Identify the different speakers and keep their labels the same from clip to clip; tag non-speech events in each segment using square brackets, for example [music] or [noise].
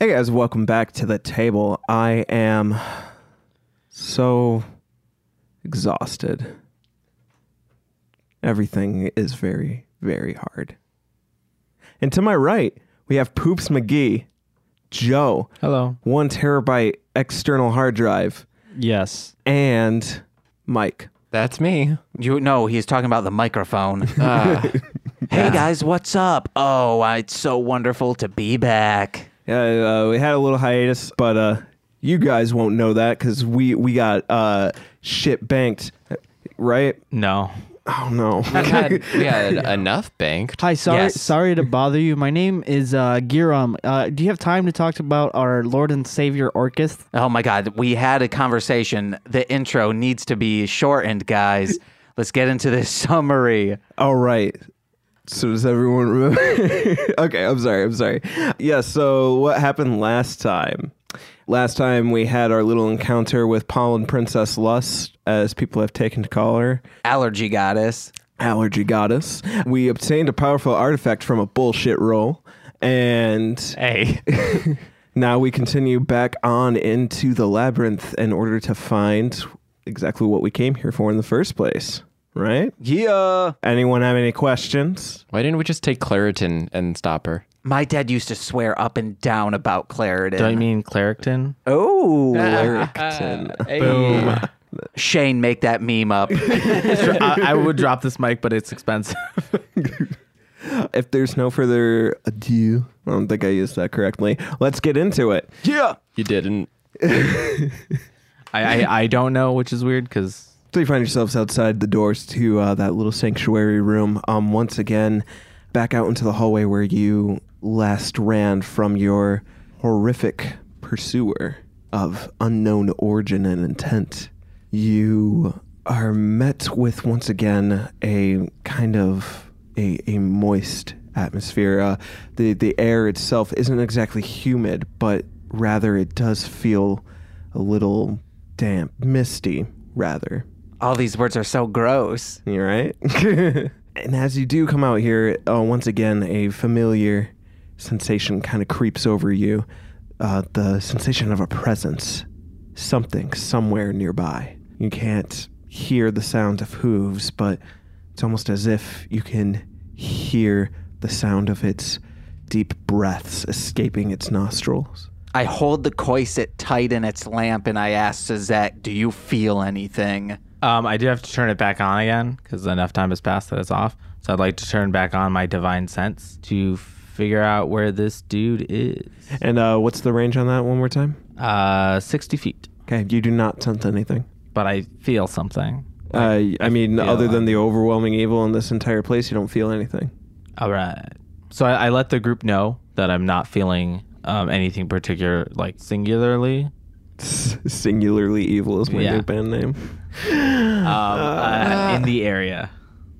Speaker 1: Hey guys, welcome back to the table. I am so exhausted. Everything is very, very hard. And to my right, we have Poops McGee, Joe,
Speaker 2: Hello.
Speaker 1: one terabyte external hard drive,
Speaker 2: Yes.
Speaker 1: and Mike.
Speaker 3: That's me.
Speaker 4: You no, he's talking about the microphone. Ah. Hey guys, what's up? Oh, I- it's so wonderful to be back.
Speaker 1: Yeah, uh, we had a little hiatus, but uh, you guys won't know that because we we got uh, shit banked, right?
Speaker 2: No.
Speaker 1: Oh no.
Speaker 3: We had, we had enough banked.
Speaker 2: Hi. Sorry.
Speaker 4: Yes.
Speaker 2: Sorry to bother you. My name is uh, Giram. Uh, do you have time to talk about our Lord and Savior Orcus?
Speaker 4: [laughs] Oh my god, we had a conversation. The intro needs to be shortened, guys. Let's get into this [laughs] summary.
Speaker 1: All Oh, right. So does everyone remember? [laughs] okay, I'm sorry. I'm sorry. Yeah. So what happened last time? Last time we had our little encounter with Pollen Princess Lust, as people have taken to call her,
Speaker 4: Allergy goddess.
Speaker 1: Allergy Goddess. We obtained a powerful artifact from a bullshit roll, and
Speaker 2: Hey.
Speaker 1: [laughs] now we continue back on into the labyrinth in order to find exactly what we came here for in the first place. Right?
Speaker 4: Yeah.
Speaker 1: Anyone have any questions?
Speaker 3: Why didn't we just take Claritin and stop her?
Speaker 4: My dad used to swear up and down about Claritin.
Speaker 2: Do I mean Claricton?
Speaker 4: oh,
Speaker 1: Ah.
Speaker 3: [laughs] Boom.
Speaker 5: [laughs]
Speaker 4: Shane, make that meme up.
Speaker 5: I, I would drop this mic, but it's expensive. [laughs]
Speaker 1: If there's no further ado, I don't think I used that correctly. Let's get into it. Yeah.
Speaker 3: You didn't.
Speaker 5: I, I, I don't know, which is weird because
Speaker 1: So you find yourselves outside the doors to uh, that little sanctuary room. Um, once again, back out into the hallway where you last ran from your horrific pursuer of unknown origin and intent. You are met with once again a kind of a, a moist atmosphere. Uh, the the air itself isn't exactly humid, but rather it does feel a little damp, misty, rather.
Speaker 4: All these words are so gross.
Speaker 1: You right? [laughs] and as you do come out here, uh, once again, a familiar sensation kind of creeps over you. Uh, the sensation of a presence, something somewhere nearby. You can't hear the sound of hooves, but it's almost as if you can hear the sound of its deep breaths escaping its nostrils.
Speaker 4: I hold the coiset tight in its lamp and I ask Suzette, do you feel anything?
Speaker 5: um, I do have to turn it back on again because enough time has passed that it's off. So I'd like to turn back on my divine sense to figure out where this dude is.
Speaker 1: And uh, what's the range on that one more time?
Speaker 5: Uh, 60 feet,
Speaker 1: Okay, you do not sense anything.
Speaker 5: but I feel something.
Speaker 1: Uh, I mean,
Speaker 5: feel
Speaker 1: other
Speaker 5: that.
Speaker 1: than the overwhelming evil in this entire place, you don't feel anything. [laughs]
Speaker 5: All right. So I, I let the group know that I'm not feeling um, anything particular, like singularly.
Speaker 1: Singularly evil is my
Speaker 5: Yeah.
Speaker 1: new band name.
Speaker 5: [laughs] Um, uh, in the area.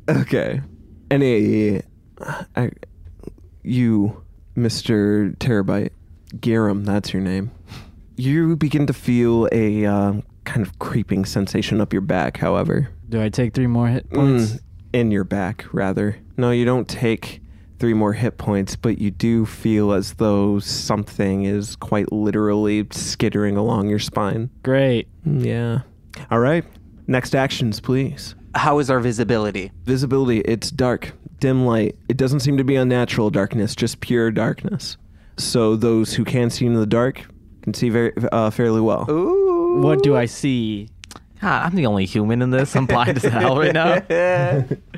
Speaker 1: Okay. Any, I, you, Mister Terabyte, Garum, that's your name. You begin to feel a um, kind of creeping sensation up your back. However,
Speaker 2: Do I take three more hit points?
Speaker 1: Mm, in your back rather. No, you don't take three more hit points, but you do feel as though something is quite literally skittering along your spine. Mm,
Speaker 2: Great.
Speaker 1: Yeah. All right. Next actions, please.
Speaker 4: How is our visibility?
Speaker 1: Visibility, it's dark, dim light. It doesn't seem to be unnatural darkness, just pure darkness. So those who can see in the dark can see very uh, fairly well.
Speaker 2: What do I see?
Speaker 5: God, I'm the only human in this. I'm blind as hell right
Speaker 2: [laughs]
Speaker 5: now.
Speaker 1: [laughs]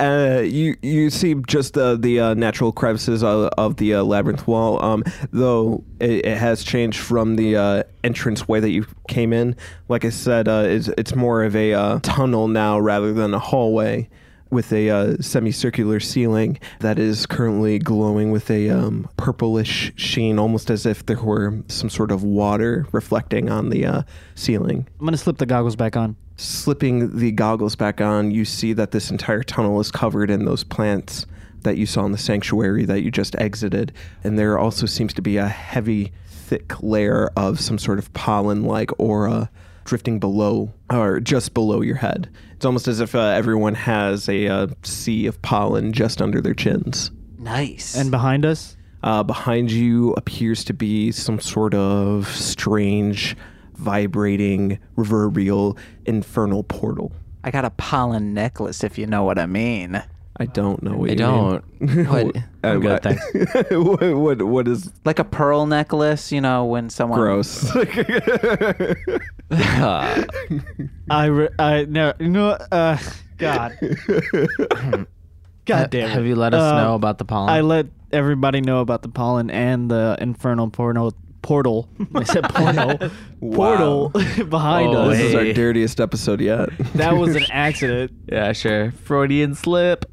Speaker 1: Uh, you you see just the the uh, natural crevices of, of the uh, labyrinth wall. Um, though it, it has changed from the uh, entrance way that you came in. Like I said, uh, it's it's more of a uh, tunnel now rather than a hallway, with a uh, semicircular ceiling that is currently glowing with a um, purplish sheen, almost as if there were some sort of water reflecting on the uh, ceiling
Speaker 2: I'm gonna slip the goggles back on.
Speaker 1: slipping the goggles back on, you see that this entire tunnel is covered in those plants that you saw in the sanctuary that you just exited. And there also seems to be a heavy, thick layer of some sort of pollen like aura drifting below or just below your head. It's almost as if uh, everyone has a uh, sea of pollen just under their chins.
Speaker 4: Nice.
Speaker 2: And behind us,
Speaker 1: Uh, behind you appears to be some sort of strange, vibrating, reverbial, infernal portal.
Speaker 4: I got a pollen necklace, if you know what I mean.
Speaker 1: I don't know what
Speaker 3: I
Speaker 1: you
Speaker 3: don't.
Speaker 1: mean. [laughs]
Speaker 3: What?
Speaker 1: Uh,
Speaker 5: I'm good,
Speaker 1: what- [laughs] what, what, what is
Speaker 4: Like a pearl necklace, you know, when someone.
Speaker 1: gross?
Speaker 3: Uh,
Speaker 2: I, re- I no, no, uh, [laughs] God,
Speaker 1: [laughs]
Speaker 2: God damn. it.
Speaker 5: Have you let us
Speaker 2: Uh,
Speaker 5: know about the pollen?
Speaker 2: I let everybody know about the pollen and the infernal porno portal. I said porno [laughs] portal [laughs] behind
Speaker 5: Oh,
Speaker 2: us.
Speaker 1: this is our
Speaker 5: hey.
Speaker 1: dirtiest episode yet.
Speaker 2: That was
Speaker 1: [laughs]
Speaker 2: an accident.
Speaker 5: Yeah, sure. Freudian slip.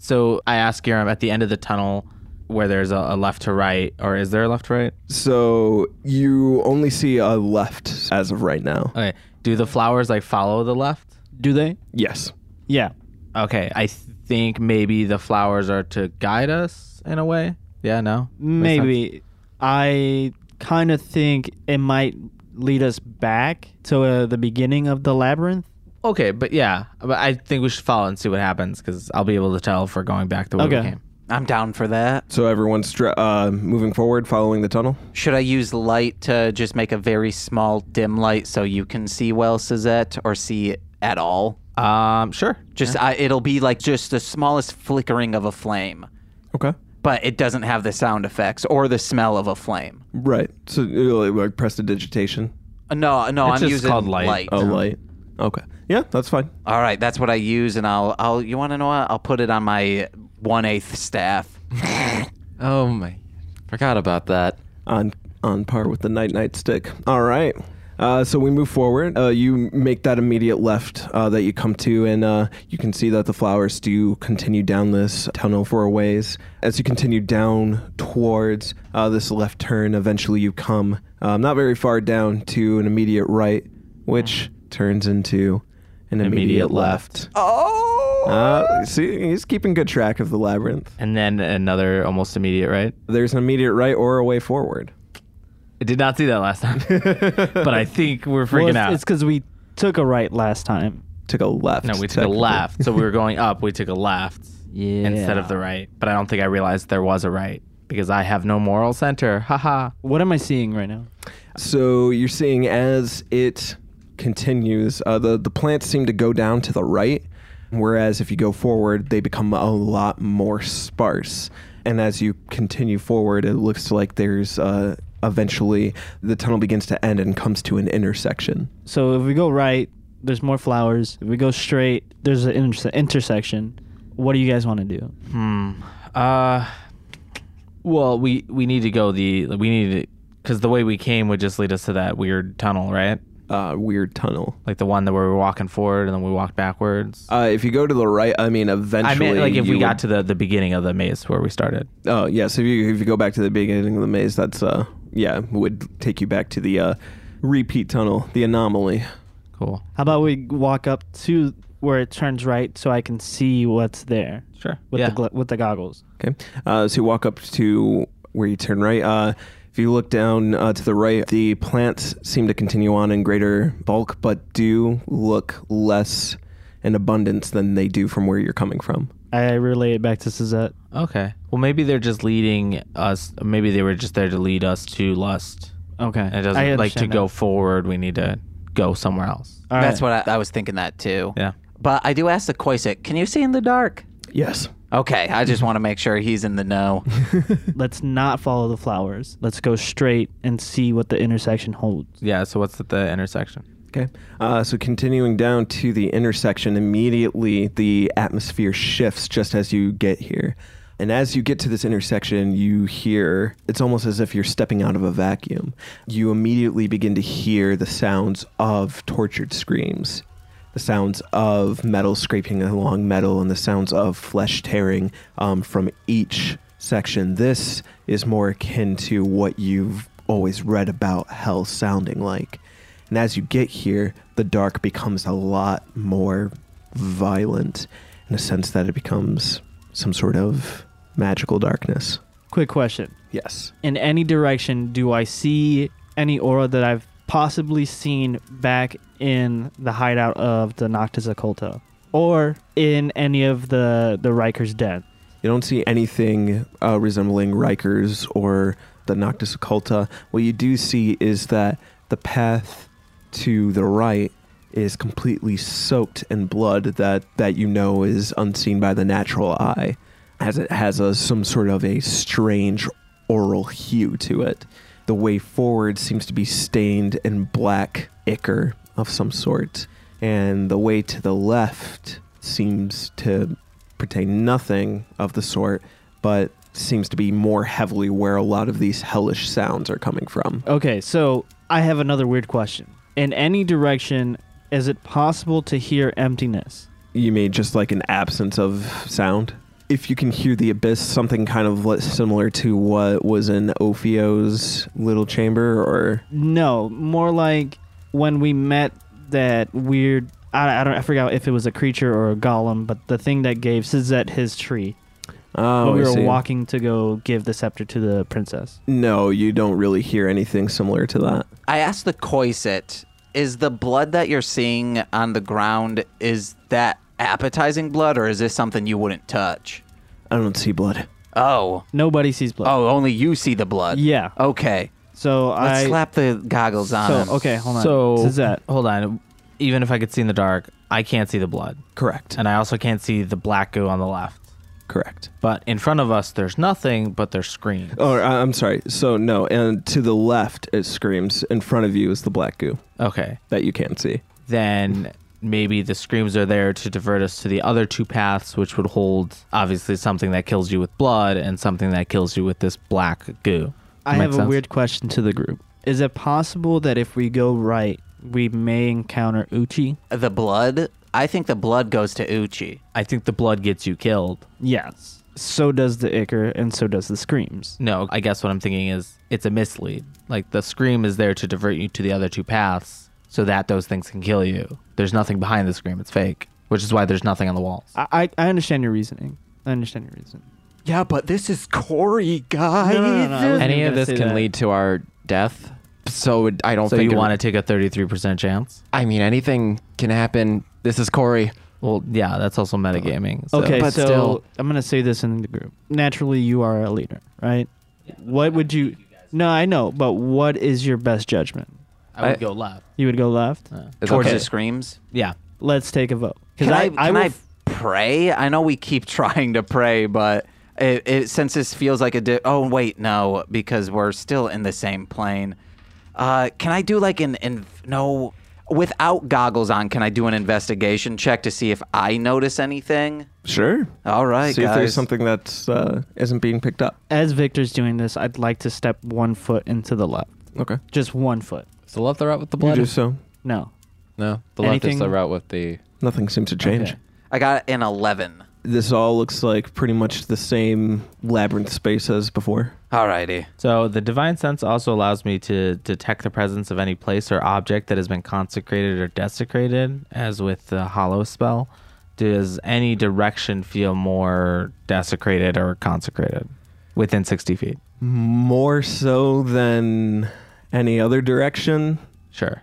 Speaker 5: So I asked Giram at the end of the tunnel where there's a, a left to right, or is there a left to right?
Speaker 1: so you only see a left as of right now.
Speaker 5: Okay. Do the flowers like follow the left?
Speaker 2: Do they?
Speaker 1: yes.
Speaker 2: Yeah.
Speaker 5: Okay. I think maybe the flowers are to guide us in a way. Yeah, no? Makes sense.
Speaker 2: Maybe. I kind of think it might lead us back to uh, the beginning of the labyrinth.
Speaker 5: Okay, but yeah. But I think we should follow and see what happens because I'll be able to tell if we're going back the way we
Speaker 2: Okay.
Speaker 5: came.
Speaker 4: I'm down for that.
Speaker 1: So everyone's dr- uh, moving forward, following the tunnel.
Speaker 4: Should I use light to just make a very small dim light so you can see well, Suzette, or see at all?
Speaker 5: Um, sure.
Speaker 4: Just I, it'll be like just the smallest flickering of a flame,
Speaker 1: Okay.
Speaker 4: but it doesn't have the sound effects or the smell of a flame.
Speaker 1: Right. So uh, like prestidigitation,
Speaker 4: Uh, No, no,
Speaker 5: It's
Speaker 4: I'm
Speaker 5: just
Speaker 4: using
Speaker 5: called light.
Speaker 1: a
Speaker 5: Oh,
Speaker 1: light. Okay. Yeah, that's fine.
Speaker 4: All right, that's what I use, and I'll, I'll. You want to know what? I'll put it on my one
Speaker 5: [laughs]
Speaker 4: eighth staff.
Speaker 3: oh my, forgot
Speaker 5: [laughs]
Speaker 3: about that.
Speaker 1: on on par with the night night stick. All right. Uh, so we move forward. Uh, you make that immediate left uh, that you come to, and uh, you can see that the flowers do continue down this tunnel for a ways. As you continue down towards uh, this left turn, eventually you come um, not very far down to an immediate right, which turns into an immediate,
Speaker 5: Immediate
Speaker 1: left.
Speaker 4: Oh,
Speaker 1: Uh, see, he's keeping good track of the labyrinth.
Speaker 5: And then another almost immediate right.
Speaker 1: There's an immediate right or a way forward.
Speaker 5: I did not see that last time, [laughs] but I think we're
Speaker 2: Well,
Speaker 5: freaking
Speaker 2: it's-
Speaker 5: out.
Speaker 2: It's because we took a right last time.
Speaker 1: Took a left.
Speaker 5: No, we took a
Speaker 1: technically.
Speaker 5: left. So we were going up. We took a left
Speaker 2: Yeah.
Speaker 5: instead of the right. But I don't think I realized there was a right because I have no moral center. Haha.
Speaker 2: What am I seeing right now?
Speaker 1: [laughs] So you're seeing as it continues, uh, the the plants seem to go down to the right, whereas if you go forward, they become a lot more sparse. And as you continue forward, it looks like there's uh, eventually the tunnel begins to end and comes to an intersection.
Speaker 2: So if we go right, there's more flowers. If we go straight, there's an inter- intersection. What do you guys want to do?
Speaker 5: Hmm. Uh. Well, we we need to go the we need to because the way we came would just lead us to that weird tunnel, right?
Speaker 1: Uh, weird tunnel.
Speaker 5: Like the one that where we were walking forward and then we walked backwards.
Speaker 1: Uh, if you go to the right, I mean,
Speaker 5: I
Speaker 1: eventually.
Speaker 5: meant like if
Speaker 1: you
Speaker 5: we got
Speaker 1: would-
Speaker 5: to the the beginning of the maze where we started.
Speaker 1: Oh yeah, so if you if you go back to the beginning of the maze, that's uh yeah would take you back to the uh, repeat tunnel, the anomaly.
Speaker 5: Cool.
Speaker 2: How about we walk up to where it turns right so I can see what's there
Speaker 5: Sure.
Speaker 2: with
Speaker 5: yeah.
Speaker 2: the gla- with the goggles?
Speaker 1: Okay. Uh, so you walk up to where you turn right. Uh, if you look down uh, to the right, the plants seem to continue on in greater bulk, but do look less in abundance than they do from where you're coming from.
Speaker 2: I relay it back to Suzette.
Speaker 5: okay. Well, maybe they're just leading us. Maybe they were just there to lead us to lust.
Speaker 2: Okay.
Speaker 5: And it doesn't like to go forward. We need to go somewhere else.
Speaker 4: that's what I, I was thinking that too.
Speaker 5: Yeah.
Speaker 4: But I do ask the Koisik, can you see in the dark?
Speaker 1: [laughs] Yes.
Speaker 4: Okay, I just want to make sure he's in
Speaker 5: [laughs]
Speaker 4: the know.
Speaker 2: Let's not follow the flowers. Let's go straight and see what the intersection holds.
Speaker 5: Yeah. So what's at the intersection?
Speaker 1: Okay. Uh, so continuing down to the intersection, immediately the atmosphere shifts just as you get here. And as you get to this intersection, you hear it's almost as if you're stepping out of a vacuum. You immediately begin to hear the sounds of tortured screams, the sounds of metal scraping along metal, and the sounds of flesh tearing um, from each section. This is more akin to what you've always read about hell sounding like. And as you get here, the dark becomes a lot more violent in the sense that it becomes some sort of magical darkness.
Speaker 2: Quick question.
Speaker 1: Yes.
Speaker 2: in any direction do I see any aura that I've possibly seen back in the hideout of the Noctis Occulta or in any of the the Riker's den?
Speaker 1: You don't see anything uh, resembling Riker's or the Noctis Occulta. What you do see is that the path to the right is completely soaked in blood that, that you know is unseen by the natural eye, as it has a, some sort of a strange oral hue to it. The way forward seems to be stained in black ichor of some sort, and the way to the left seems to pertain nothing of the sort, but seems to be more heavily where a lot of these hellish sounds are coming from.
Speaker 2: Okay, so I have another weird question. In any direction, is it possible to hear emptiness?
Speaker 1: You mean just like an absence of sound? If you can hear the abyss, something kind of li- similar to what was in Ophio's little chamber, or
Speaker 2: No, more like when we met that weird. I, I don't. I forgot if it was a creature or a golem, but the thing that gave Suzette his tree.
Speaker 1: oh,
Speaker 2: when we
Speaker 1: I
Speaker 2: were
Speaker 1: see.
Speaker 2: walking to go give the scepter to the princess.
Speaker 1: No, you don't really hear anything similar to that.
Speaker 4: I asked the Koiset, is the blood that you're seeing on the ground, is that appetizing blood or is this something you wouldn't touch?
Speaker 1: I don't see blood.
Speaker 4: Oh.
Speaker 2: Nobody sees blood.
Speaker 4: Oh, only you see the blood.
Speaker 2: Yeah.
Speaker 4: Okay.
Speaker 2: So
Speaker 4: Oh. Let's
Speaker 2: I
Speaker 4: slap the goggles on
Speaker 2: So
Speaker 4: him.
Speaker 2: okay, hold on.
Speaker 5: So
Speaker 2: Suzette.
Speaker 5: hold on. Even if I could see in the dark, I can't see the blood,
Speaker 1: Correct.
Speaker 5: and I also can't see the black goo on the left.
Speaker 1: Correct.
Speaker 5: But in front of us, there's nothing but there's screams.
Speaker 1: Oh, I- I'm sorry. So no, and to the left it screams. In front of you is the black goo
Speaker 5: Okay,
Speaker 1: that you can't see.
Speaker 5: then maybe the screams are there to divert us to the other two paths, which would hold obviously something that kills you with blood and something that kills you with this black goo.
Speaker 2: I
Speaker 5: Makes
Speaker 2: have a
Speaker 5: sense.
Speaker 2: weird question to the group. Is it possible that if we go right, we may encounter Uchi?
Speaker 4: The blood? I think the blood goes to Uchi.
Speaker 5: I think the blood gets you killed.
Speaker 2: Yes. So does the ichor, and so does the screams.
Speaker 5: No, I guess what I'm thinking is it's a mislead. Like the scream is there to divert you to the other two paths so that those things can kill you. There's nothing behind the scream, it's fake, which is why there's nothing on the walls.
Speaker 2: I, I, I understand your reasoning. I understand your reason.
Speaker 4: Yeah, but this is Corey, guys.
Speaker 2: No, no, no, no.
Speaker 3: Any
Speaker 2: even
Speaker 3: of
Speaker 2: gonna
Speaker 3: this
Speaker 2: say
Speaker 3: can
Speaker 2: that.
Speaker 3: lead to our death. So it- I don't
Speaker 5: So
Speaker 3: think
Speaker 5: you
Speaker 3: it-
Speaker 5: want to take a 33% chance?
Speaker 3: I mean, anything can happen. This is Corey.
Speaker 5: Well, yeah, that's also metagaming. so-
Speaker 2: okay,
Speaker 3: but
Speaker 2: so
Speaker 3: still-
Speaker 2: I'm gonna say this in the group. Naturally, you are a leader, right? What would you? No, I know, but what is your best judgment?
Speaker 5: I would
Speaker 3: I-
Speaker 5: go left.
Speaker 2: You would go left.
Speaker 5: Uh,
Speaker 4: Towards
Speaker 3: Okay.
Speaker 4: the screams?
Speaker 5: yeah.
Speaker 2: Let's take a vote.
Speaker 4: Can I,
Speaker 2: I,
Speaker 4: can
Speaker 2: will
Speaker 4: I
Speaker 2: f-
Speaker 4: pray? I know we keep [laughs] trying to pray, but it, it, since this feels like a di- oh wait no because we're still in the same plane. Uh, can I do like an in no without goggles on? Can I do an investigation check to see if I notice anything?
Speaker 1: Sure.
Speaker 4: All right,
Speaker 1: see if
Speaker 4: guys.
Speaker 1: there's something that's uh, isn't being picked up.
Speaker 2: as Victor's doing this, I'd like to step one foot into the left.
Speaker 1: Okay.
Speaker 2: Just one foot.
Speaker 3: Is the left the route with the
Speaker 1: You
Speaker 3: blood?
Speaker 1: do so.
Speaker 2: No.
Speaker 3: no, the left is
Speaker 2: Anything-
Speaker 3: the route with the.
Speaker 1: Nothing seems to change.
Speaker 3: Okay.
Speaker 4: I got an eleven.
Speaker 1: This all looks like pretty much the same labyrinth space as before.
Speaker 4: All righty.
Speaker 5: So the divine sense also allows me to detect the presence of any place or object that has been consecrated or desecrated, as with the hollow spell. Does any direction feel more desecrated or consecrated within 60 feet?
Speaker 1: More so than any other direction,
Speaker 5: Sure.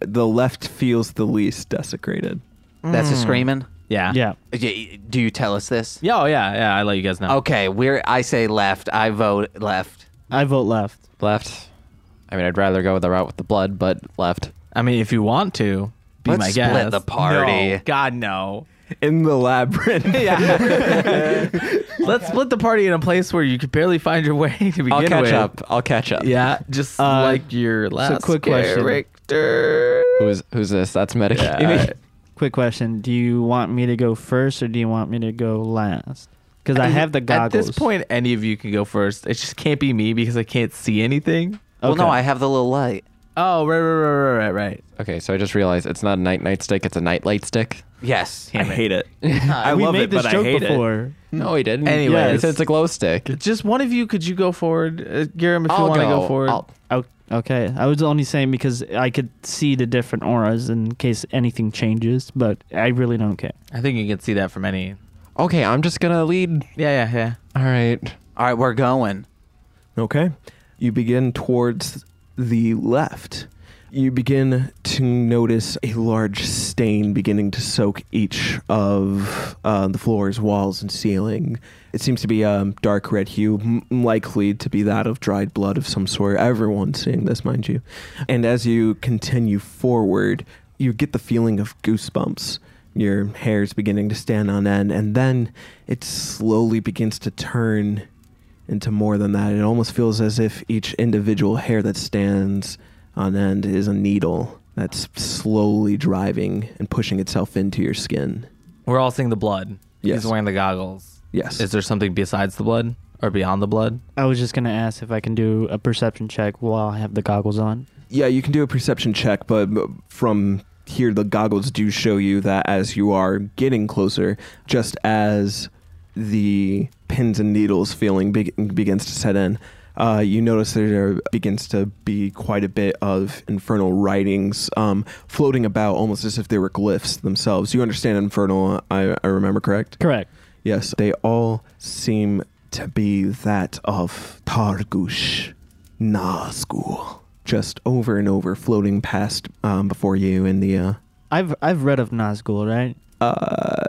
Speaker 1: the left feels the least desecrated.
Speaker 4: That's
Speaker 2: Hmm.
Speaker 4: a screaming.
Speaker 5: Yeah.
Speaker 2: Yeah.
Speaker 4: Y- Do you tell us this?
Speaker 5: Yeah. Oh, yeah. Yeah. I let you guys know.
Speaker 4: Okay, we're. I say left. I vote left.
Speaker 2: I vote left.
Speaker 3: Left. I mean, I'd rather go with the route with the blood, but left.
Speaker 5: I mean, if you want to, be
Speaker 4: Let's
Speaker 5: my
Speaker 4: split
Speaker 5: guest.
Speaker 4: the party.
Speaker 5: No, God, no.
Speaker 1: In the
Speaker 3: [laughs]
Speaker 1: labyrinth. [laughs]
Speaker 5: Let's split the party in a place where you could barely find your way [laughs] to begin
Speaker 3: I'll catch
Speaker 5: with.
Speaker 3: up. I'll catch up.
Speaker 5: Yeah, just
Speaker 2: Uh,
Speaker 5: like your last
Speaker 2: quick question.
Speaker 5: character.
Speaker 3: Who's who's this? That's [laughs] medic.
Speaker 2: Quick question. Do you want me to go first or do you want me to go last? Because I have the
Speaker 5: At
Speaker 2: goggles.
Speaker 5: this point, any of you can go first. It just can't be me because I can't see anything.
Speaker 4: Well, no,
Speaker 2: Okay.
Speaker 4: I have the little light.
Speaker 5: Oh, right, right, right, right, right, right.
Speaker 3: okay, so I just realized it's not a night night stick. It's a night light stick.
Speaker 4: Yes.
Speaker 1: I hate [laughs] it. I
Speaker 2: we
Speaker 1: love
Speaker 2: made
Speaker 1: it,
Speaker 2: this
Speaker 1: but
Speaker 2: joke
Speaker 1: I hate it.
Speaker 2: before.
Speaker 3: No, he didn't.
Speaker 5: Hmm. Anyways.
Speaker 3: he said it's a glow stick.
Speaker 5: Just one of you. Could you go forward, uh, Garam? If
Speaker 3: I'll
Speaker 5: you want to go, forward,
Speaker 3: I'll-
Speaker 2: Oh, okay. I was only saying because I could see the different auras in case anything changes, but I really don't care.
Speaker 5: I think you can see that from any.
Speaker 3: okay, I'm just gonna lead.
Speaker 5: Yeah, yeah, yeah.
Speaker 3: All right.
Speaker 4: All right, we're going.
Speaker 1: Okay. You begin towards the left. You begin to notice a large stain beginning to soak each of uh, the floors, walls, and ceiling. It seems to be a dark red hue, m- likely to be that of dried blood of some sort. Everyone's seeing this, mind you. And as you continue forward, you get the feeling of goosebumps. Your hair's beginning to stand on end, and then it slowly begins to turn into more than that. It almost feels as if each individual hair that stands on end is a needle that's slowly driving and pushing itself into your skin.
Speaker 5: We're all seeing the blood.
Speaker 1: Yes.
Speaker 5: He's wearing the goggles.
Speaker 1: Yes.
Speaker 5: Is there something besides the blood or beyond the blood?
Speaker 2: I was just gonna ask if I can do a perception check while I have the goggles on.
Speaker 1: yeah, you can do a perception check, but from here, the goggles do show you that as you are getting closer, just as the pins and needles feeling be- begins to set in, uh, you notice there begins to be quite a bit of infernal writings um, floating about, almost as if they were glyphs themselves. You understand infernal, I, I remember correct?
Speaker 2: Correct.
Speaker 1: Yes, they all seem to be that of Targush Nazgul. Just over and over, floating past um, before you in the uh,
Speaker 2: I've I've read of Nazgul, right?
Speaker 1: uh,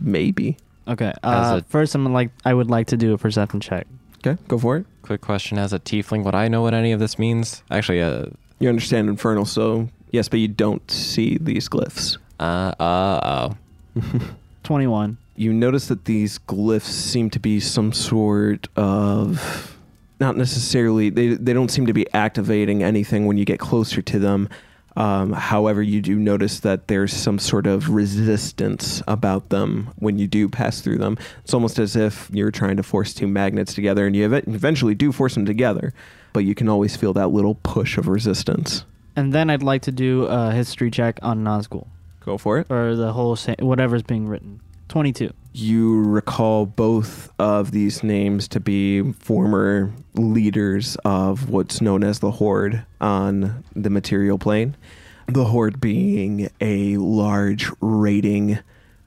Speaker 1: maybe.
Speaker 2: Okay.
Speaker 3: As
Speaker 2: Uh,
Speaker 3: a-
Speaker 2: first, I'm like I would like to do a perception check.
Speaker 1: Okay, go for it.
Speaker 3: Quick question: As a tiefling, would I know what any of this means? Actually, uh,
Speaker 1: You understand infernal, so yes, but you don't see these glyphs. [laughs]
Speaker 3: uh, uh, oh.
Speaker 2: Twenty-one.
Speaker 1: you notice that these glyphs seem to be some sort of not necessarily they, they don't seem to be activating anything when you get closer to them um, however you do notice that there's some sort of resistance about them when you do pass through them it's almost as if you're trying to force two magnets together and you ev- eventually do force them together but you can always feel that little push of resistance
Speaker 2: And then I'd like to do a history check on Nazgul
Speaker 1: go for it
Speaker 2: or the whole sa- whatever's being written. Twenty-two.
Speaker 1: you recall both of these names to be former leaders of what's known as the Horde on the material plane. The Horde being a large raiding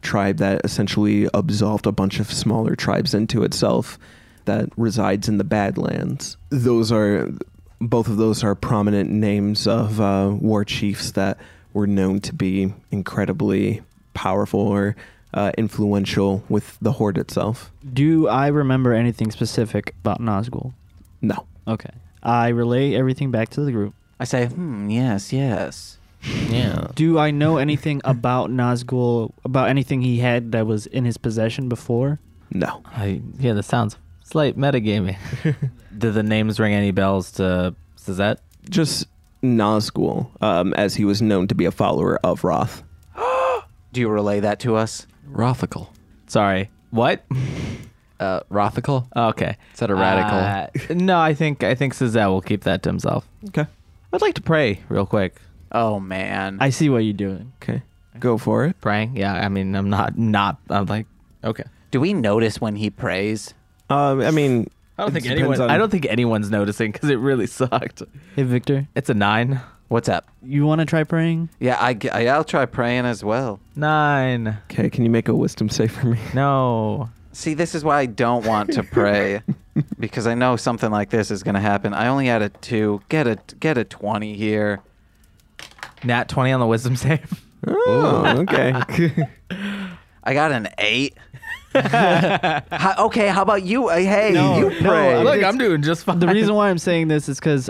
Speaker 1: tribe that essentially absolved a bunch of smaller tribes into itself that resides in the Badlands. Those are both of those are prominent names of uh, war chiefs that were known to be incredibly powerful or uh, influential with the horde itself.
Speaker 2: Do I remember anything specific about Nazgul?
Speaker 1: No.
Speaker 2: Okay. I relay everything back to the group.
Speaker 4: I say, hmm, yes, yes.
Speaker 3: yeah.
Speaker 2: Do I [laughs] know anything about Nazgul, about anything he had that was in his possession before?
Speaker 1: No.
Speaker 5: I yeah, that sounds slight [laughs] metagaming. Did the names ring any bells to Suzette?
Speaker 1: Just Nazgul, um, as he was known to be a follower of Roth.
Speaker 4: Do you relay that to us?
Speaker 3: Rothical.
Speaker 5: Sorry. What? [laughs]
Speaker 3: Uh, Rothical.
Speaker 5: Okay.
Speaker 3: Is that a radical?
Speaker 5: Uh, no, I think I think Suzette will keep that to himself.
Speaker 1: Okay.
Speaker 5: I'd like to pray real quick.
Speaker 4: Oh, man.
Speaker 2: I see what you're doing.
Speaker 1: Okay. Go for it.
Speaker 5: Praying? Yeah, I mean I'm not not I'm like okay.
Speaker 4: Do we notice when he prays?
Speaker 1: Um, I mean,
Speaker 5: I don't
Speaker 1: it
Speaker 5: think
Speaker 1: depends
Speaker 5: anyone
Speaker 1: on-
Speaker 5: I don't think anyone's noticing cuz it really sucked.
Speaker 2: Hey, Victor,
Speaker 5: It's a 9.
Speaker 4: What's up?
Speaker 2: you want to try praying?
Speaker 4: Yeah, I, g- I- I'll try praying as well.
Speaker 5: 9.
Speaker 1: Okay, can you make a wisdom save for me?
Speaker 5: No.
Speaker 4: See, this is why I don't want to
Speaker 2: [laughs]
Speaker 4: pray because I know something like this is going to happen. I only had a 2. Get a get a 20 here.
Speaker 5: Nat 20 on the wisdom save.
Speaker 1: Oh, okay.
Speaker 5: [laughs]
Speaker 4: I got an 8. [laughs] How- okay, how about you? Uh, Hey, you
Speaker 2: no,
Speaker 4: pray.
Speaker 2: I'm
Speaker 5: Look,
Speaker 2: just-
Speaker 5: I'm doing just fine.
Speaker 2: The reason why I'm saying this is because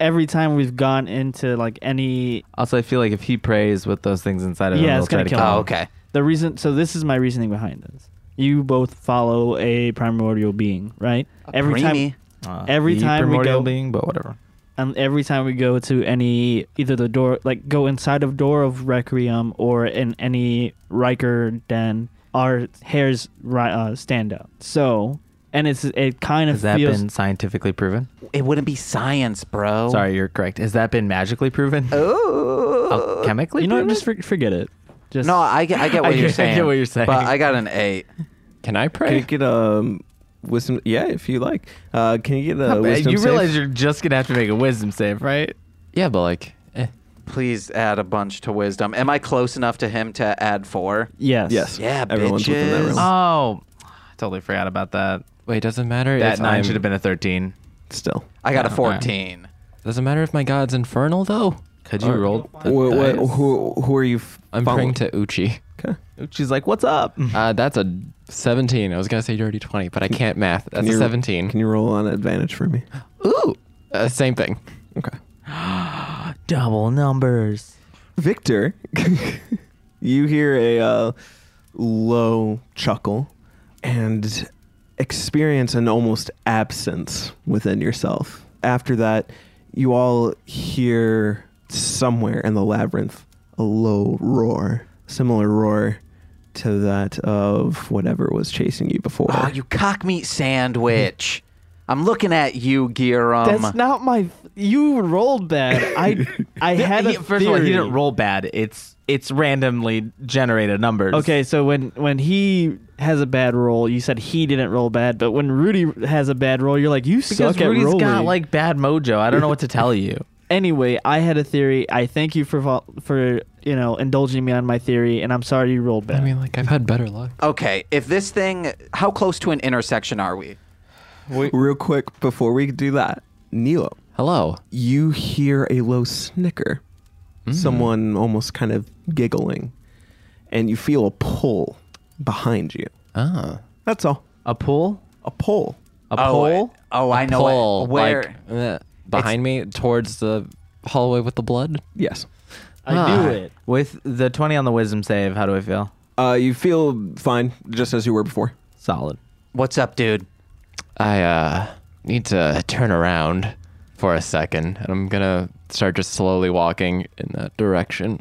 Speaker 2: every time we've gone into like any,
Speaker 5: Also, I feel like if he prays with those things inside of him,
Speaker 2: Yeah,
Speaker 5: he'll
Speaker 2: it's
Speaker 5: try
Speaker 2: gonna
Speaker 5: to
Speaker 2: kill
Speaker 5: kill
Speaker 2: him.
Speaker 4: oh,
Speaker 5: him.
Speaker 4: okay.
Speaker 2: the reason, so this is my reasoning behind this. You both follow a primordial being, right? every
Speaker 4: preemie.
Speaker 5: Uh,
Speaker 2: time, Every
Speaker 5: the
Speaker 2: time we
Speaker 5: primordial
Speaker 2: go-
Speaker 5: being, but whatever.
Speaker 2: and every time we go to any either the door like go inside of door of requiem or in any Riker den, our hairs ri- uh, stand up. So, and it's it kind of
Speaker 5: Has that
Speaker 2: feels
Speaker 5: been scientifically proven?
Speaker 4: It wouldn't be science, bro.
Speaker 5: Sorry, you're correct. Has that been magically proven?
Speaker 4: Oh,
Speaker 5: [laughs]
Speaker 4: Ooh.
Speaker 5: Chemically?
Speaker 2: you know what,
Speaker 5: proven?
Speaker 2: just for, forget it. Just
Speaker 4: No, I get,
Speaker 5: [laughs]
Speaker 4: I get
Speaker 5: I
Speaker 4: what
Speaker 5: get- I
Speaker 4: you're
Speaker 5: get
Speaker 4: saying.
Speaker 5: what you're saying.
Speaker 4: But I got an 8.
Speaker 3: Can I
Speaker 1: can you
Speaker 3: pray?
Speaker 1: get a wisdom? Yeah, if you like. Uh, can you
Speaker 4: [laughs]
Speaker 1: get a
Speaker 5: Uh,
Speaker 1: wisdom
Speaker 5: you
Speaker 1: save?
Speaker 5: realize you're just gonna have to make a wisdom save, right?
Speaker 3: Yeah, but like, eh.
Speaker 4: Please add a bunch to wisdom. Am I close enough to him to add 4?
Speaker 2: Yes.
Speaker 1: Yes.
Speaker 4: Yeah,
Speaker 1: Everyone's within that realm.
Speaker 4: bitches.
Speaker 5: Oh, I totally forgot about that.
Speaker 3: wait, doesn't matter.
Speaker 5: That
Speaker 3: if
Speaker 5: 9
Speaker 3: I'm-
Speaker 5: should have been a 13.
Speaker 1: Still.
Speaker 4: I got a
Speaker 5: Yeah, okay.
Speaker 4: 14.
Speaker 3: Doesn't matter if my god's infernal though.
Speaker 5: Could you
Speaker 3: Or-
Speaker 5: roll? The
Speaker 1: Wh- wh-
Speaker 5: dice?
Speaker 1: who, who are you? F-
Speaker 3: I'm
Speaker 1: following?
Speaker 3: praying to Uchi.
Speaker 1: Okay.
Speaker 5: She's like, "What's up?"
Speaker 3: Uh, that's a 17. I was gonna say dirty 20, but I can't math. That's
Speaker 1: you-
Speaker 3: a 17.
Speaker 1: Can you roll on advantage for me?
Speaker 3: Ooh, uh, same thing.
Speaker 1: Okay.
Speaker 5: Double numbers.
Speaker 1: Victor, [laughs] you hear a uh, low chuckle and experience an almost absence within yourself. After that, you all hear somewhere in the labyrinth a low roar, similar roar to that of whatever was chasing you before.
Speaker 4: Oh, you cock meat sandwich. I'm looking at you, Gearum.
Speaker 2: That's not my. You rolled bad. [laughs] I I had a
Speaker 5: He- first of all, he
Speaker 2: theory.
Speaker 5: didn't roll bad. It's it's randomly generated numbers.
Speaker 2: Okay, so when when he has a bad roll, you said he didn't roll bad, but when Rudy has a bad roll, you're like you
Speaker 5: because
Speaker 2: suck
Speaker 5: Rudy's
Speaker 2: at rolling.
Speaker 5: got like bad mojo. I don't know what to tell
Speaker 2: [laughs]
Speaker 5: you.
Speaker 2: anyway, I had a theory. I thank you for vol- for you know indulging me on my theory, and I'm sorry you rolled bad.
Speaker 3: I mean, like I've had better luck.
Speaker 4: okay, if this thing, how close to an intersection are we?
Speaker 1: Real quick, before we do that, Nilo,
Speaker 3: Hello.
Speaker 1: you hear a low snicker, someone almost kind of giggling, and you feel a pull behind you.
Speaker 3: Ah.
Speaker 1: That's all.
Speaker 5: A pool?
Speaker 1: A pull.
Speaker 5: A
Speaker 4: oh,
Speaker 5: pole?
Speaker 4: Oh, I know
Speaker 3: Pull,
Speaker 4: it. Where?
Speaker 3: like, uh, behind me towards the hallway with the blood.
Speaker 1: Yes.
Speaker 2: I
Speaker 3: Ah.
Speaker 2: knew it.
Speaker 5: Uh, With the twenty on the wisdom save, how do I feel?
Speaker 1: Uh, you feel fine, just as you were before.
Speaker 5: Solid.
Speaker 4: what's up, dude?
Speaker 3: I uh need to turn around for a second, and I'm gonna start just slowly walking in that direction.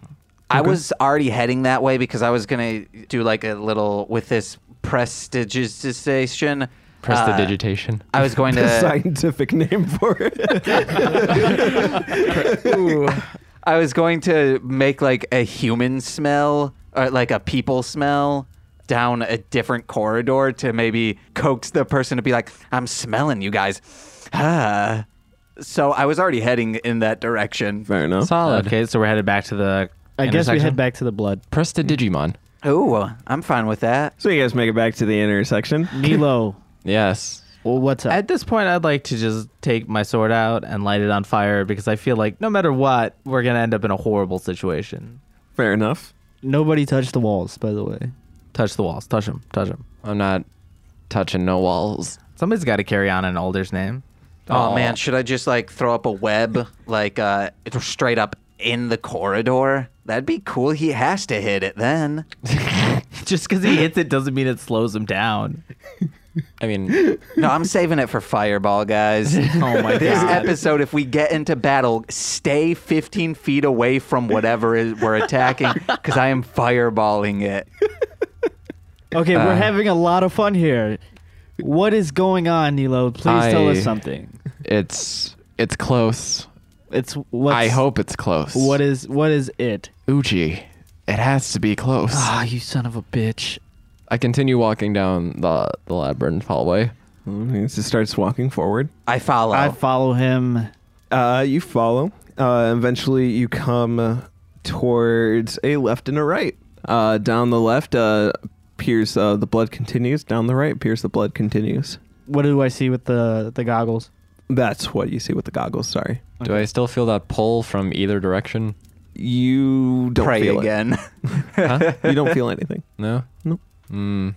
Speaker 4: I was already heading that way because I was gonna do like a little with this prestidigitation.
Speaker 3: Press the
Speaker 4: uh,
Speaker 3: digitation.
Speaker 4: I
Speaker 3: [laughs]
Speaker 4: was
Speaker 1: [laughs]
Speaker 4: going
Speaker 1: The
Speaker 4: to.
Speaker 1: scientific name for it.
Speaker 4: I was going to make like a human smell or like a people smell down a different corridor to maybe coax the person to be like, "I'm smelling you guys." [sighs] Ah. So I was already heading in that direction.
Speaker 1: Fair enough.
Speaker 3: Solid.
Speaker 5: Okay, so we're headed back to the.
Speaker 2: I guess we
Speaker 5: intersection?
Speaker 2: head back to the [laughs] blood.
Speaker 3: Press the Digimon.
Speaker 4: Ooh, I'm fine with that.
Speaker 1: So you guys make it back to the intersection.
Speaker 2: Nilo,
Speaker 3: Yes.
Speaker 2: well, what's up?
Speaker 5: At this point, I'd like to just take my sword out and light it on fire because I feel like no matter what, we're gonna end up in a horrible situation.
Speaker 1: Fair enough.
Speaker 2: Nobody touched the walls, by the way.
Speaker 5: Touch the walls. Touch them. Touch them.
Speaker 3: I'm not touching no walls. [laughs]
Speaker 5: Somebody's got to carry on an Alder's name. [laughs]
Speaker 4: Oh,
Speaker 3: Aw.
Speaker 4: man, should I just like throw up a web like uh straight up in the corridor? That'd be cool. He has to hit it then.
Speaker 5: Just because he hits it doesn't mean it slows him down.
Speaker 3: I mean,
Speaker 4: No, I'm saving it for fireball, guys.
Speaker 5: Oh my
Speaker 4: This
Speaker 5: god.
Speaker 4: episode, if we get into battle, stay 15 feet away from whatever is we're attacking because I am fireballing it.
Speaker 2: Okay, we're
Speaker 3: Uh,
Speaker 2: having a lot of fun here. What is going on, Nilo? Please tell us
Speaker 3: I-
Speaker 2: something.
Speaker 3: it's it's close.
Speaker 2: It's what
Speaker 3: I hope it's close.
Speaker 2: What is what is it?
Speaker 3: Uchi? It has to be close.
Speaker 2: Ah, you son of a bitch!
Speaker 3: I continue walking down the the labyrinth hallway.
Speaker 1: Mm, He just starts walking forward.
Speaker 4: I follow.
Speaker 2: I follow him.
Speaker 1: Uh, you follow. Uh, eventually, you come uh, towards a left and a right. Uh, down the left uh, appears uh, the blood continues. Down the right appears the blood continues.
Speaker 2: What do I see with the the goggles?
Speaker 1: That's what you see with the goggles. Sorry,
Speaker 3: Do I still feel that pull from either direction?
Speaker 1: you don't
Speaker 4: Pray
Speaker 1: feel
Speaker 4: again. [laughs]
Speaker 3: Huh?
Speaker 1: It. You don't feel anything.
Speaker 3: no.
Speaker 1: Nope.
Speaker 3: Mm.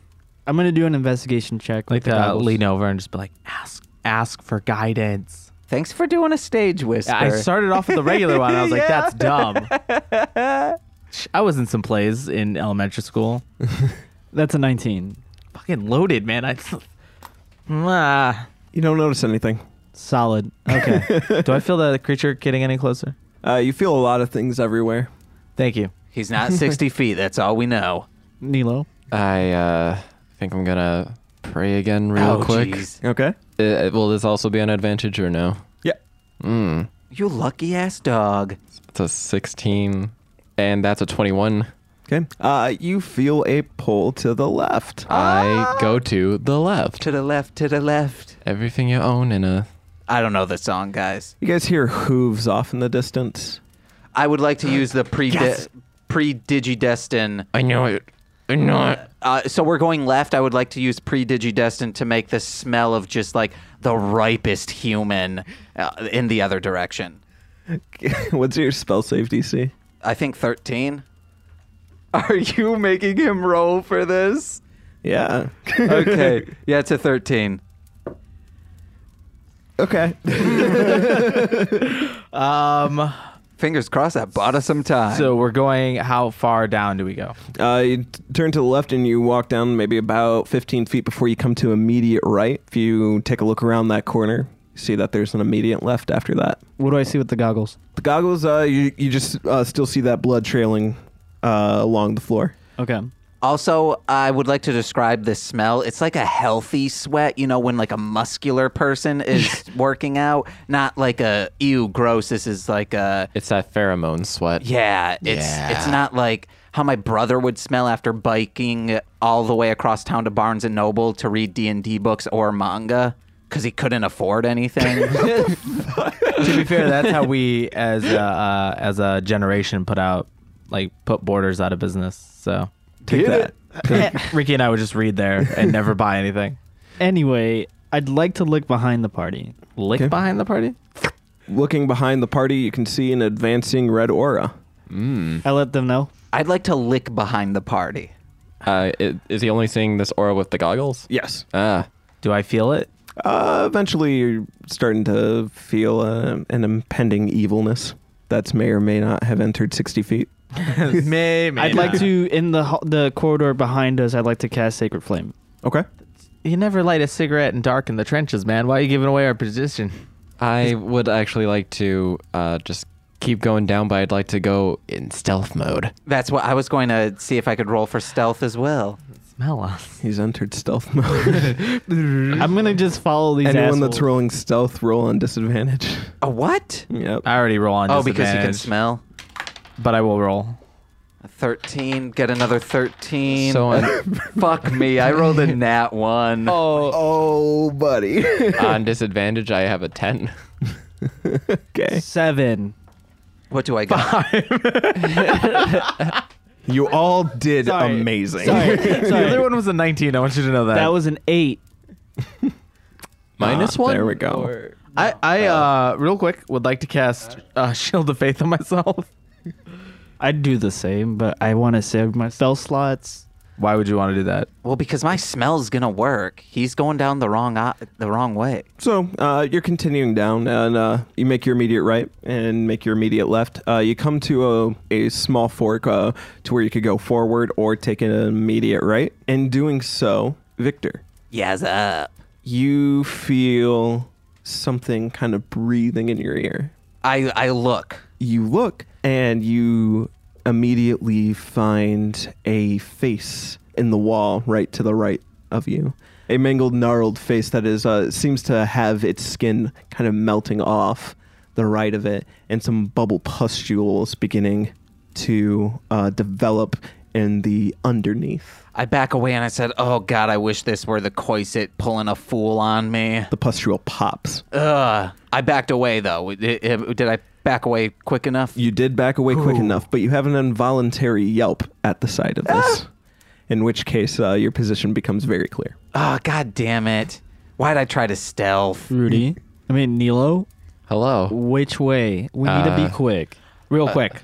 Speaker 2: I'm gonna do an investigation check.
Speaker 5: like
Speaker 2: with the
Speaker 5: uh,
Speaker 2: goggles.
Speaker 5: lean over and just be like, ask, ask for guidance.
Speaker 4: Thanks for doing a stage whisper.
Speaker 5: I started off with the regular one. I was like, [laughs] that's dumb. I was in some plays in elementary school.
Speaker 2: That's a 19.
Speaker 5: Fucking loaded, man. I. [laughs] Ah.
Speaker 1: You don't notice anything.
Speaker 2: Solid. Okay.
Speaker 5: Do I feel the creature getting any closer?
Speaker 1: Uh, you feel a lot of things everywhere.
Speaker 5: Thank you.
Speaker 4: [laughs] He's not 60 feet. That's all we know.
Speaker 2: [laughs] Nilo.
Speaker 3: I uh, think I'm gonna pray again real
Speaker 4: Oh,
Speaker 3: quick.
Speaker 4: jeez.
Speaker 1: Okay.
Speaker 3: Uh, will this also be an advantage or no?
Speaker 1: Yeah.
Speaker 3: Mm.
Speaker 4: You lucky ass dog.
Speaker 3: It's a 16, and that's a 21.
Speaker 1: Okay. Uh, you feel a pull to the left.
Speaker 3: I
Speaker 4: Ah!
Speaker 3: go to the left.
Speaker 4: To the left, to the left.
Speaker 3: Everything you own in a.
Speaker 4: I don't know the song, guys.
Speaker 1: You guys hear hooves off in the distance. [laughs]
Speaker 4: I would like to use the pre
Speaker 5: Yes.
Speaker 4: pre digidestin.
Speaker 3: I know it. I know it.
Speaker 4: Uh, so we're going left. I would like to use pre digidestin to make the smell of just like the ripest human uh, in the other direction.
Speaker 1: What's your spell save DC?
Speaker 4: I think 13. [laughs] Are you making him roll
Speaker 5: [laughs]
Speaker 4: for this?
Speaker 1: Yeah.
Speaker 4: Okay. yeah, it's a 13.
Speaker 1: [laughs] okay.
Speaker 5: Um,
Speaker 4: Fingers crossed that bought us some time.
Speaker 5: so we're going. How far down do we go?
Speaker 1: [laughs] Uh, you t- turn to the left and you walk down maybe about 15 feet before you come to immediate right. If you take a look around that corner, you see that there's an immediate left after that.
Speaker 2: What do I see with the goggles?
Speaker 1: The goggles, uh, you, you just uh, still see that blood trailing uh, along the floor.
Speaker 2: Okay.
Speaker 4: Also, I would like to describe this smell. It's like a healthy sweat, you know, when like a muscular person is working out, not like a ew gross. This is like a
Speaker 3: It's that pheromone sweat.
Speaker 4: yeah, it's it's
Speaker 3: Yeah.
Speaker 4: not like how my brother would smell after biking all the way across town to Barnes and Noble to read D&D books or manga cuz he couldn't afford anything.
Speaker 5: to be fair, that's how we as a, uh, as a generation put out like put borders out of business. So
Speaker 1: Take that.
Speaker 5: Ricky and I would just read there and never buy anything.
Speaker 2: Anyway, I'd like to look behind the party.
Speaker 5: Lick
Speaker 1: Okay.
Speaker 5: behind the party.
Speaker 1: Looking behind the party, you can see an advancing red aura.
Speaker 3: Hmm.
Speaker 2: I let them know.
Speaker 4: I'd like to lick behind the party.
Speaker 3: Uh, i- is he only seeing this aura with the goggles?
Speaker 1: Yes.
Speaker 3: Ah.
Speaker 5: Do I feel [laughs] it?
Speaker 1: Uh, eventually, you're starting to feel uh, an impending evilness that's may or may not have entered 60 feet.
Speaker 5: may, may
Speaker 2: I'd like
Speaker 5: not.
Speaker 2: to in the ho- the corridor behind us. I'd like to cast Sacred Flame.
Speaker 1: Okay.
Speaker 5: You never light a cigarette and darken the trenches, man. Why are you giving away our position?
Speaker 3: I would actually like to uh, just keep going down, but I'd like to go in stealth mode.
Speaker 4: That's what I was going to see if I could roll for stealth as well.
Speaker 5: Smell us.
Speaker 1: He's entered stealth mode.
Speaker 2: I'm gonna just follow
Speaker 1: [laughs]
Speaker 2: these.
Speaker 1: Anyone that's
Speaker 2: assholes.
Speaker 1: rolling stealth, roll on disadvantage.
Speaker 4: A what?
Speaker 1: Yep.
Speaker 5: I already roll on.
Speaker 4: Oh, because he can
Speaker 5: disadvantage,
Speaker 4: smell.
Speaker 5: But I will roll.
Speaker 4: A 13, get another 13.
Speaker 3: So on,
Speaker 4: [laughs] Fuck me, I rolled a nat one.
Speaker 1: Oh, oh, buddy.
Speaker 3: on disadvantage, I have a 10.
Speaker 1: okay.
Speaker 2: seven.
Speaker 4: What do I got?
Speaker 1: You all did
Speaker 2: Sorry.
Speaker 1: amazing. Ah, [laughs]
Speaker 5: [laughs]
Speaker 2: Sorry,
Speaker 5: The other
Speaker 2: sorry.
Speaker 5: one was a 19. I want you to know that.
Speaker 2: that was an eight.
Speaker 3: Minus
Speaker 1: Ah,
Speaker 3: one?
Speaker 1: There we go.
Speaker 5: I, I
Speaker 2: Oh.
Speaker 5: uh, real quick would like to cast uh, [laughs] Shield of Faith on myself.
Speaker 2: I'd do the same, but I want to save my spell slots.
Speaker 5: Why would you want to do that?
Speaker 4: well, because my smell's gonna work. He's going down the wrong o- the wrong way.
Speaker 1: So uh, you're continuing down, and uh, you make your immediate right and make your immediate left. Uh, you come to a, a small fork uh, to where you could go forward or take an immediate right. In doing so, Victor,
Speaker 4: Yes up.
Speaker 1: you feel something kind of breathing in your ear.
Speaker 4: I I look.
Speaker 1: you look and you immediately find a face in the wall right to the right of you a mangled gnarled face that is uh, seems to have its skin kind of melting off the right of it and some bubble pustules beginning to uh, develop in the underneath
Speaker 4: I back away and I said, "Oh God, I wish this were the Coisit pulling a fool on me."
Speaker 1: the pustule pops
Speaker 4: Ugh. I backed away though. It- it- did I back away quick enough?
Speaker 1: You did back away quick enough, but you have an involuntary yelp at the side of this. In which case, uh, your position becomes very clear.
Speaker 4: oh God damn it! Why'd I try to stealth?
Speaker 2: Rudy, I mean Nilo,
Speaker 3: Hello.
Speaker 2: which way? We need to
Speaker 3: Uh,
Speaker 2: be quick.
Speaker 5: Real quick,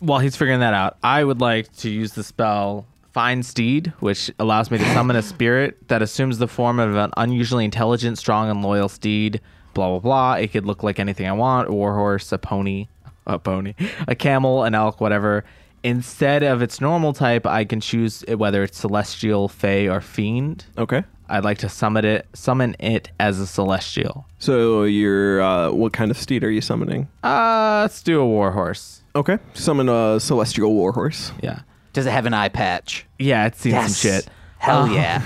Speaker 5: while he's figuring that out, I would like to use the spell Fine Steed, which allows me to summon a spirit that assumes the form of an unusually intelligent, strong, and loyal steed. Blah blah blah. It could look like anything I want: a warhorse, a pony, a pony, a camel, an elk, whatever. Instead of its normal type, I can choose whether it's celestial, fey, or fiend.
Speaker 1: Okay.
Speaker 5: I'd like to summon it, summon it as a celestial.
Speaker 1: So you're uh, what kind of steed are you summoning?
Speaker 5: Uh, let's do a warhorse.
Speaker 1: Okay. Summon a celestial warhorse.
Speaker 5: Yeah,
Speaker 4: Does it have an eye patch?
Speaker 5: yeah, it's seen
Speaker 4: Yes.
Speaker 5: some shit.
Speaker 4: Hell yeah.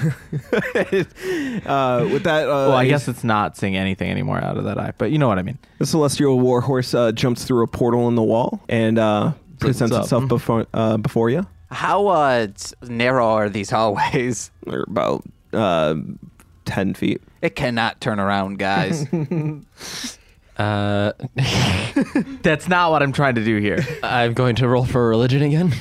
Speaker 1: [laughs] Uh, with that, uh,
Speaker 5: [laughs] Well, I guess it's not seeing anything anymore out of that eye, but you know what I mean.
Speaker 1: the celestial warhorse uh, jumps through a portal in the wall and uh, presents
Speaker 5: up. Mm-hmm.
Speaker 1: itself before uh, before you.
Speaker 4: How uh, s- narrow are these hallways?
Speaker 1: Or about uh, ten feet.
Speaker 4: It cannot turn around, guys.
Speaker 3: Uh, [laughs]
Speaker 5: That's not what I'm trying to
Speaker 1: [laughs]
Speaker 5: do here.
Speaker 3: I'm going to roll for religion again.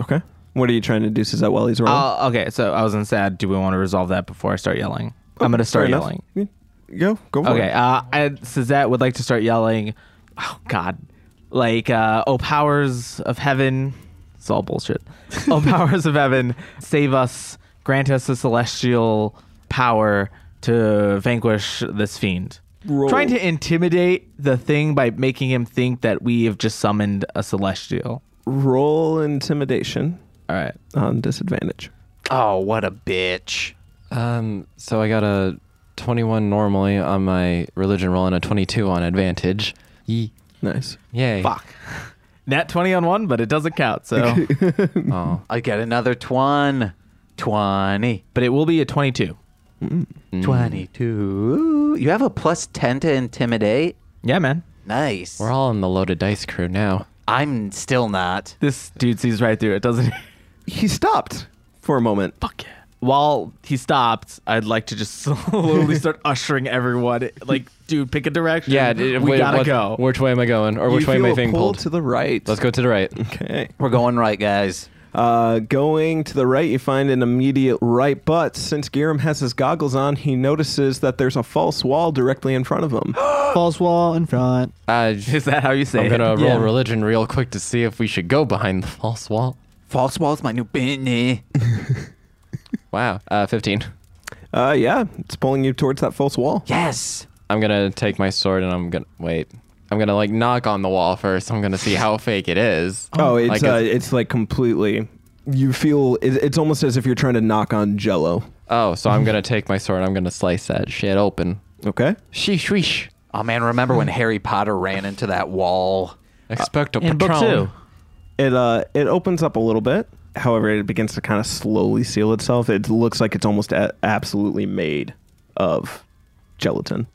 Speaker 1: Okay. What are you trying to do, Suzette, while he's rolling?
Speaker 5: Uh, okay, so I was gonna say, do we want to resolve that before I start yelling? I'm gonna
Speaker 1: Fair
Speaker 5: start
Speaker 1: enough.
Speaker 5: yelling.
Speaker 1: Yeah, Go. Go for
Speaker 5: Okay,
Speaker 1: it.
Speaker 5: uh, I, Suzette would like to start yelling. oh god like uh oh powers of heaven it's
Speaker 1: [laughs]
Speaker 5: all bullshit oh powers of heaven save us grant us the celestial power to vanquish this fiend
Speaker 1: Roll.
Speaker 5: trying to intimidate the thing by making him think that we have just summoned a celestial
Speaker 1: Roll intimidation
Speaker 5: all right
Speaker 1: on disadvantage.
Speaker 4: Oh, what a bitch.
Speaker 3: Um, so I got a 21 normally on my religion roll and a 22 on advantage. Yee.
Speaker 1: Nice.
Speaker 3: Yay.
Speaker 5: fuck [laughs] nat 20 on one but it doesn't count so
Speaker 3: [laughs] Oh.
Speaker 4: I get another twan. 20.
Speaker 5: but it will be a 22
Speaker 1: Mm-hmm.
Speaker 3: Mm.
Speaker 4: 22. You have a plus 10 to intimidate?
Speaker 5: yeah man
Speaker 4: Nice.
Speaker 3: We're all in the loaded dice crew now.
Speaker 4: I'm still not.
Speaker 5: this dude sees right through it doesn't he [laughs]
Speaker 1: He stopped for a moment.
Speaker 5: fuck yeah. While he stopped, I'd like to just [laughs] slowly
Speaker 3: [laughs]
Speaker 5: start ushering everyone. Like, dude, pick a direction.
Speaker 3: Yeah,
Speaker 5: we
Speaker 3: d- wait,
Speaker 5: gotta
Speaker 3: what-
Speaker 5: go.
Speaker 3: Which way am I going? Or which
Speaker 1: You
Speaker 3: way am
Speaker 1: feel
Speaker 3: I
Speaker 1: a
Speaker 3: being
Speaker 1: pull
Speaker 3: pulled?
Speaker 1: to the right?
Speaker 3: Let's go to the right.
Speaker 1: Okay.
Speaker 4: We're going right, guys.
Speaker 1: Uh, going to the right, you find an immediate right, but since Garum has his goggles on, he notices that there's a false wall directly in front of
Speaker 3: [gasps]
Speaker 1: him.
Speaker 2: False wall in front.
Speaker 3: Uh,
Speaker 5: Is that how you say
Speaker 3: I'm
Speaker 5: it?
Speaker 3: gonna roll
Speaker 5: Yeah.
Speaker 3: religion real quick to see if we should go behind the false wall.
Speaker 4: False wall's my new business.
Speaker 3: Wow. Uh, 15.
Speaker 1: Uh, yeah, it's pulling you towards that false wall.
Speaker 4: Yes.
Speaker 3: I'm gonna take my sword and I'm gonna wait. I'm gonna like knock on the wall first. I'm gonna see how fake it is.
Speaker 1: [laughs] Oh, it's
Speaker 3: Like a-
Speaker 1: uh, it's like completely. You feel it, it's almost as if you're trying to knock on Jello.
Speaker 3: Oh, so I'm gonna take my sword. I'm gonna slice that shit open.
Speaker 1: Okay.
Speaker 3: Sheesh, weesh.
Speaker 4: Oh, man, remember when Harry Potter ran into that wall?
Speaker 3: Expect a
Speaker 5: In book
Speaker 3: patron.
Speaker 5: two.
Speaker 1: It uh it opens up a little bit. However, it begins to kind of slowly seal itself. It looks like it's almost a- absolutely made of gelatin.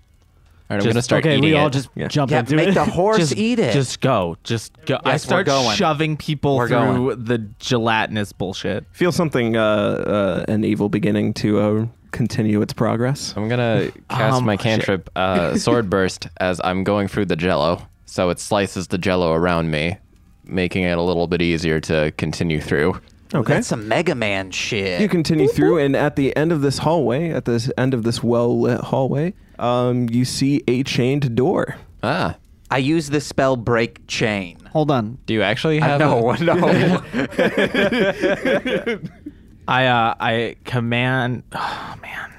Speaker 3: All right, I'm
Speaker 5: Just-
Speaker 3: gonna start
Speaker 2: okay,
Speaker 3: eating
Speaker 2: we all
Speaker 3: it.
Speaker 2: just
Speaker 1: Yeah.
Speaker 2: jump
Speaker 4: Yeah,
Speaker 2: into
Speaker 4: make
Speaker 2: it. [laughs]
Speaker 4: the horse
Speaker 5: Just
Speaker 4: eat it.
Speaker 5: Just go. Just go. I
Speaker 4: Yes, we're
Speaker 5: start
Speaker 4: going.
Speaker 5: shoving people
Speaker 4: We're
Speaker 5: through the gelatinous bullshit.
Speaker 1: Feel something uh, uh an evil beginning to uh, continue its progress.
Speaker 3: I'm gonna cast
Speaker 5: Um,
Speaker 3: my
Speaker 5: shit.
Speaker 3: cantrip [laughs] uh, sword burst as I'm going through the jello, so it slices the jello around me, making it a little bit easier to continue through.
Speaker 1: Okay.
Speaker 4: That's some Mega Man shit.
Speaker 1: You continue through, and at the end of this hallway, at this end of this well lit hallway, um, you see a chained door.
Speaker 3: Ah,
Speaker 4: I use the spell Break Chain.
Speaker 2: Hold on.
Speaker 3: do you actually have? [laughs]
Speaker 4: No, [laughs]
Speaker 3: a-
Speaker 4: no.
Speaker 5: I uh, I command. Oh man.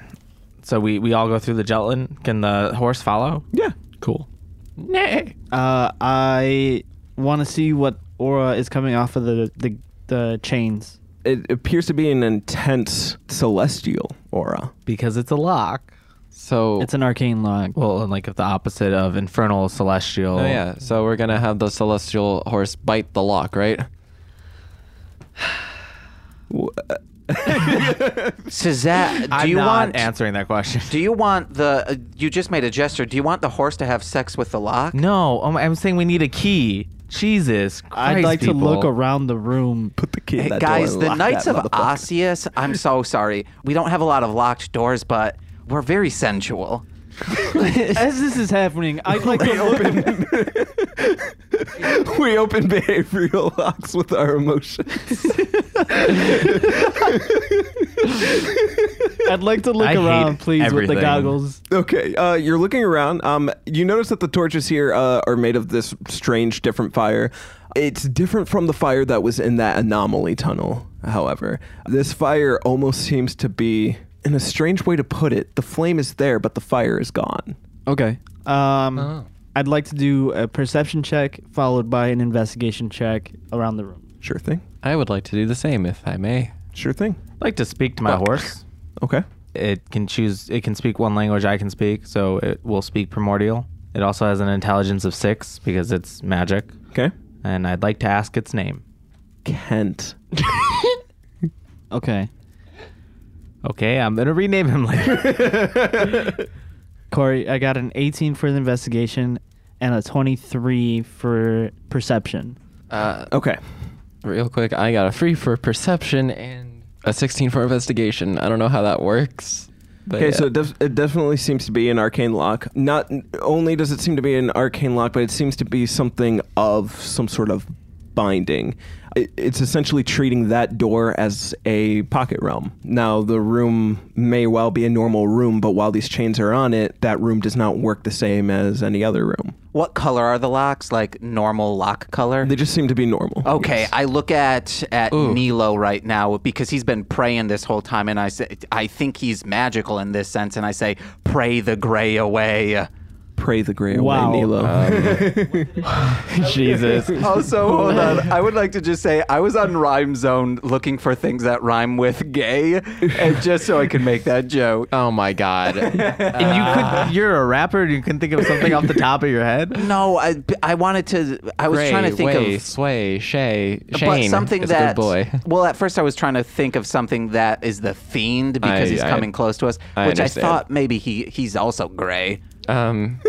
Speaker 5: So we we all go through the gelatin. Can the horse follow?
Speaker 1: Yeah.
Speaker 5: Cool.
Speaker 3: Nay.
Speaker 2: Uh, I want to see what aura is coming off of the the, the chains.
Speaker 1: It appears to be an intense celestial aura.
Speaker 5: Because it's a lock.
Speaker 3: So
Speaker 2: It's an arcane lock.
Speaker 5: Well, and like if the opposite of infernal, celestial.
Speaker 3: Oh yeah, so we're gonna have the celestial horse bite the lock, right?
Speaker 1: W- uh,
Speaker 4: Suzette, do
Speaker 5: I'm
Speaker 4: you
Speaker 5: not
Speaker 4: want
Speaker 5: answering that question. [laughs]
Speaker 4: Do you want the? Uh, you just made a gesture. Do you want the horse to have sex with the lock?
Speaker 5: No, I'm, I'm saying we need a key. Jesus,
Speaker 2: I'd
Speaker 5: Christ,
Speaker 2: like to
Speaker 5: people.
Speaker 2: look around the room.
Speaker 1: [laughs] Put the key in
Speaker 4: Hey,
Speaker 1: that door
Speaker 4: guys,
Speaker 1: and
Speaker 4: the
Speaker 1: lock
Speaker 4: Knights
Speaker 1: that
Speaker 4: of
Speaker 1: motherfucker.
Speaker 4: Osseous. I'm so sorry. We don't have a lot of locked doors, but we're very sensual.
Speaker 1: [laughs]
Speaker 2: [laughs] As this is happening, I'd like to open.
Speaker 1: we open behavioral locks with our emotions.
Speaker 2: [laughs] I'd like to look
Speaker 5: I hate
Speaker 2: around, please, with
Speaker 5: everything.
Speaker 2: the goggles.
Speaker 1: okay, uh, you're looking around. Um, you notice that the torches here uh, are made of this strange, different fire. It's different from the fire that was in that anomaly tunnel, however. This fire almost seems to be, in a strange way to put it, the flame is there, but the fire is gone.
Speaker 3: Okay.
Speaker 2: Um, I'd like to do a perception check followed by an investigation check around the room.
Speaker 1: Sure thing.
Speaker 3: I would like to do the same if I may.
Speaker 1: Sure thing.
Speaker 5: I'd like to speak to my
Speaker 3: Fuck.
Speaker 5: horse.
Speaker 1: Okay.
Speaker 5: It can choose. It can speak one language I can speak, so it will speak primordial. It also has an intelligence of six because it's magic,
Speaker 1: Okay.
Speaker 5: and I'd like to ask its name.
Speaker 1: Kent.
Speaker 2: Okay,
Speaker 5: Okay, I'm gonna rename
Speaker 1: [laughs]
Speaker 5: him later.
Speaker 2: Corey, I got an 18 for the investigation and a 23 for
Speaker 1: [laughs]
Speaker 2: perception.
Speaker 3: Uh,
Speaker 1: Okay.
Speaker 3: real quick, I got a three for perception and a 16 for investigation. I don't know how that works. But
Speaker 1: Okay, so
Speaker 3: yeah.
Speaker 1: it, def- it definitely seems to be an arcane lock. Not n- only does it seem to be an arcane lock, but it seems to be something of some sort of binding. I it's essentially treating that door as a pocket realm. Now, the room may well be a normal room, but while these chains are on it, that room does not work the same as any other room.
Speaker 4: What color are the locks? Like normal lock color?
Speaker 1: They just seem to be normal.
Speaker 4: Okay,
Speaker 1: Yes.
Speaker 4: I look at at Nilo right now because he's been praying this whole time, and I say, I think he's magical in this sense, and I say, pray the gray away.
Speaker 1: Pray the gray away,
Speaker 2: Wow.
Speaker 1: Nilo.
Speaker 4: Um,
Speaker 1: [laughs]
Speaker 3: Jesus.
Speaker 4: [laughs] Also, hold on. I would like to just say I was on Rhyme Zone looking for things that rhyme with gay, and just so I could make that joke.
Speaker 3: Oh
Speaker 4: [laughs]
Speaker 3: my god.
Speaker 5: and you could, you're a rapper and you can think of something off the top of your head.
Speaker 4: No, I, I wanted to. I was
Speaker 3: Gray,
Speaker 4: trying to think
Speaker 3: way,
Speaker 4: of
Speaker 3: sway, shay, Shane.
Speaker 4: but something
Speaker 3: is
Speaker 4: that
Speaker 3: a good boy. [laughs]
Speaker 4: well at first i was trying to think of something that is the fiend because
Speaker 3: I-
Speaker 4: he's
Speaker 3: I-
Speaker 4: coming close to us
Speaker 3: I
Speaker 4: which
Speaker 3: understand.
Speaker 4: i thought maybe he he's also gray
Speaker 3: Um,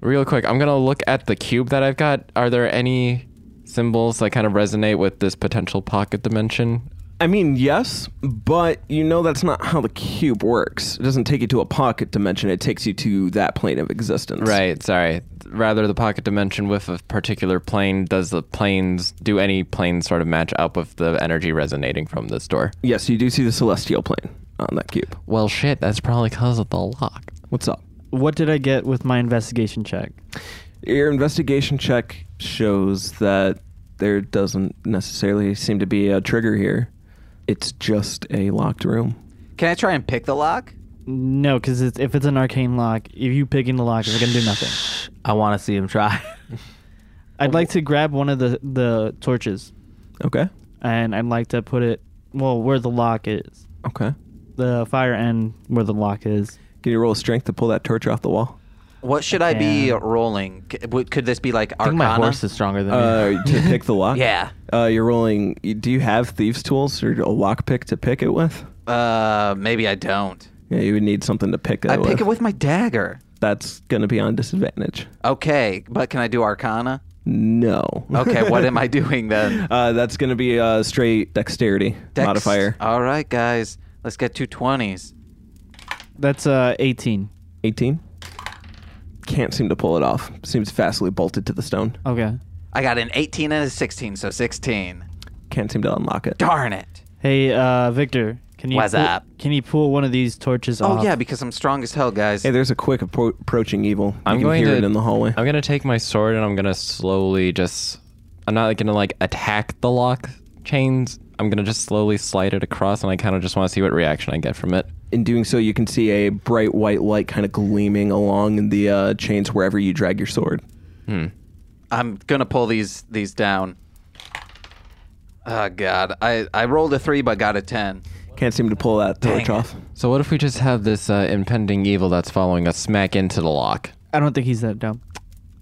Speaker 3: real quick, I'm gonna look at the cube that I've got. Are there any symbols that kind of resonate with this potential pocket dimension?
Speaker 1: I mean, yes, but you know that's not how the cube works. It doesn't take you to a pocket dimension, it takes you to that plane of existence.
Speaker 3: Right. Sorry. Rather, the pocket dimension with a particular plane. Does the planes do any planes sort of match up with the energy resonating from this door?
Speaker 1: Yes, you do see the celestial plane on that cube.
Speaker 3: Well, shit. That's probably because of the lock.
Speaker 1: What's up?
Speaker 2: What did I get with my investigation check?
Speaker 1: Your investigation check shows that there doesn't necessarily seem to be a trigger here. It's just a locked room.
Speaker 4: can i try and pick the lock
Speaker 2: No, because it's, if it's an arcane lock, if you pick in the lock, it's gonna do nothing.
Speaker 5: [sighs] I want to see him try.
Speaker 2: I'd like to grab one of the the torches,
Speaker 1: Okay.
Speaker 2: and I'd like to put it well where the lock is,
Speaker 1: Okay.
Speaker 2: the fire end where the lock is.
Speaker 1: Can you roll a strength to pull that torch off the wall?
Speaker 4: what should i be
Speaker 2: Yeah.
Speaker 4: rolling C- would- could this be like
Speaker 5: I think
Speaker 4: arcana
Speaker 5: my horse is stronger than me.
Speaker 3: [laughs]
Speaker 1: Uh, to pick the lock?
Speaker 4: Yeah.
Speaker 1: Uh, you're rolling. Do you have thieves' tools or a lock pick to pick it with?
Speaker 4: uh maybe i don't
Speaker 1: Yeah, you would need something to pick that
Speaker 4: i pick it with my Oh. dagger
Speaker 1: That's going to be on disadvantage.
Speaker 4: okay but can i do arcana
Speaker 1: No.
Speaker 4: okay what
Speaker 1: [laughs]
Speaker 4: am i doing then
Speaker 1: Uh, that's going to be a straight dexterity
Speaker 4: Dex-
Speaker 1: modifier.
Speaker 4: all right guys let's get two 20s
Speaker 2: That's uh 18.
Speaker 1: 18. Can't seem to pull it off. Seems fastly bolted to the stone.
Speaker 2: Okay.
Speaker 4: i got an 18 and a 16 so 16
Speaker 1: Can't seem to unlock it.
Speaker 4: darn it
Speaker 2: Hey, uh, Victor, can you
Speaker 4: What's
Speaker 2: pull,
Speaker 4: up?
Speaker 2: Can you pull one of these torches
Speaker 4: Oh
Speaker 2: off?
Speaker 4: yeah, because I'm strong as hell, guys.
Speaker 1: Hey, there's a quick appro- approaching evil. You
Speaker 3: I'm
Speaker 1: can
Speaker 3: going
Speaker 1: hear
Speaker 3: to
Speaker 1: it in the hallway.
Speaker 3: I'm gonna take my sword and I'm gonna slowly just. I'm not gonna like attack the lock chains. I'm gonna just slowly slide it across, and I kind of just want to see what reaction I get from it.
Speaker 1: In doing so, you can see a bright white light kind of gleaming along the uh, chains wherever you drag your sword.
Speaker 3: Hmm.
Speaker 4: I'm gonna pull these these down. Oh god, I I rolled a three but got a ten.
Speaker 1: Can't seem to pull that torch
Speaker 4: it.
Speaker 1: off.
Speaker 3: So what if we just have this uh, impending evil that's following us smack into the lock,
Speaker 2: I don't think he's that dumb.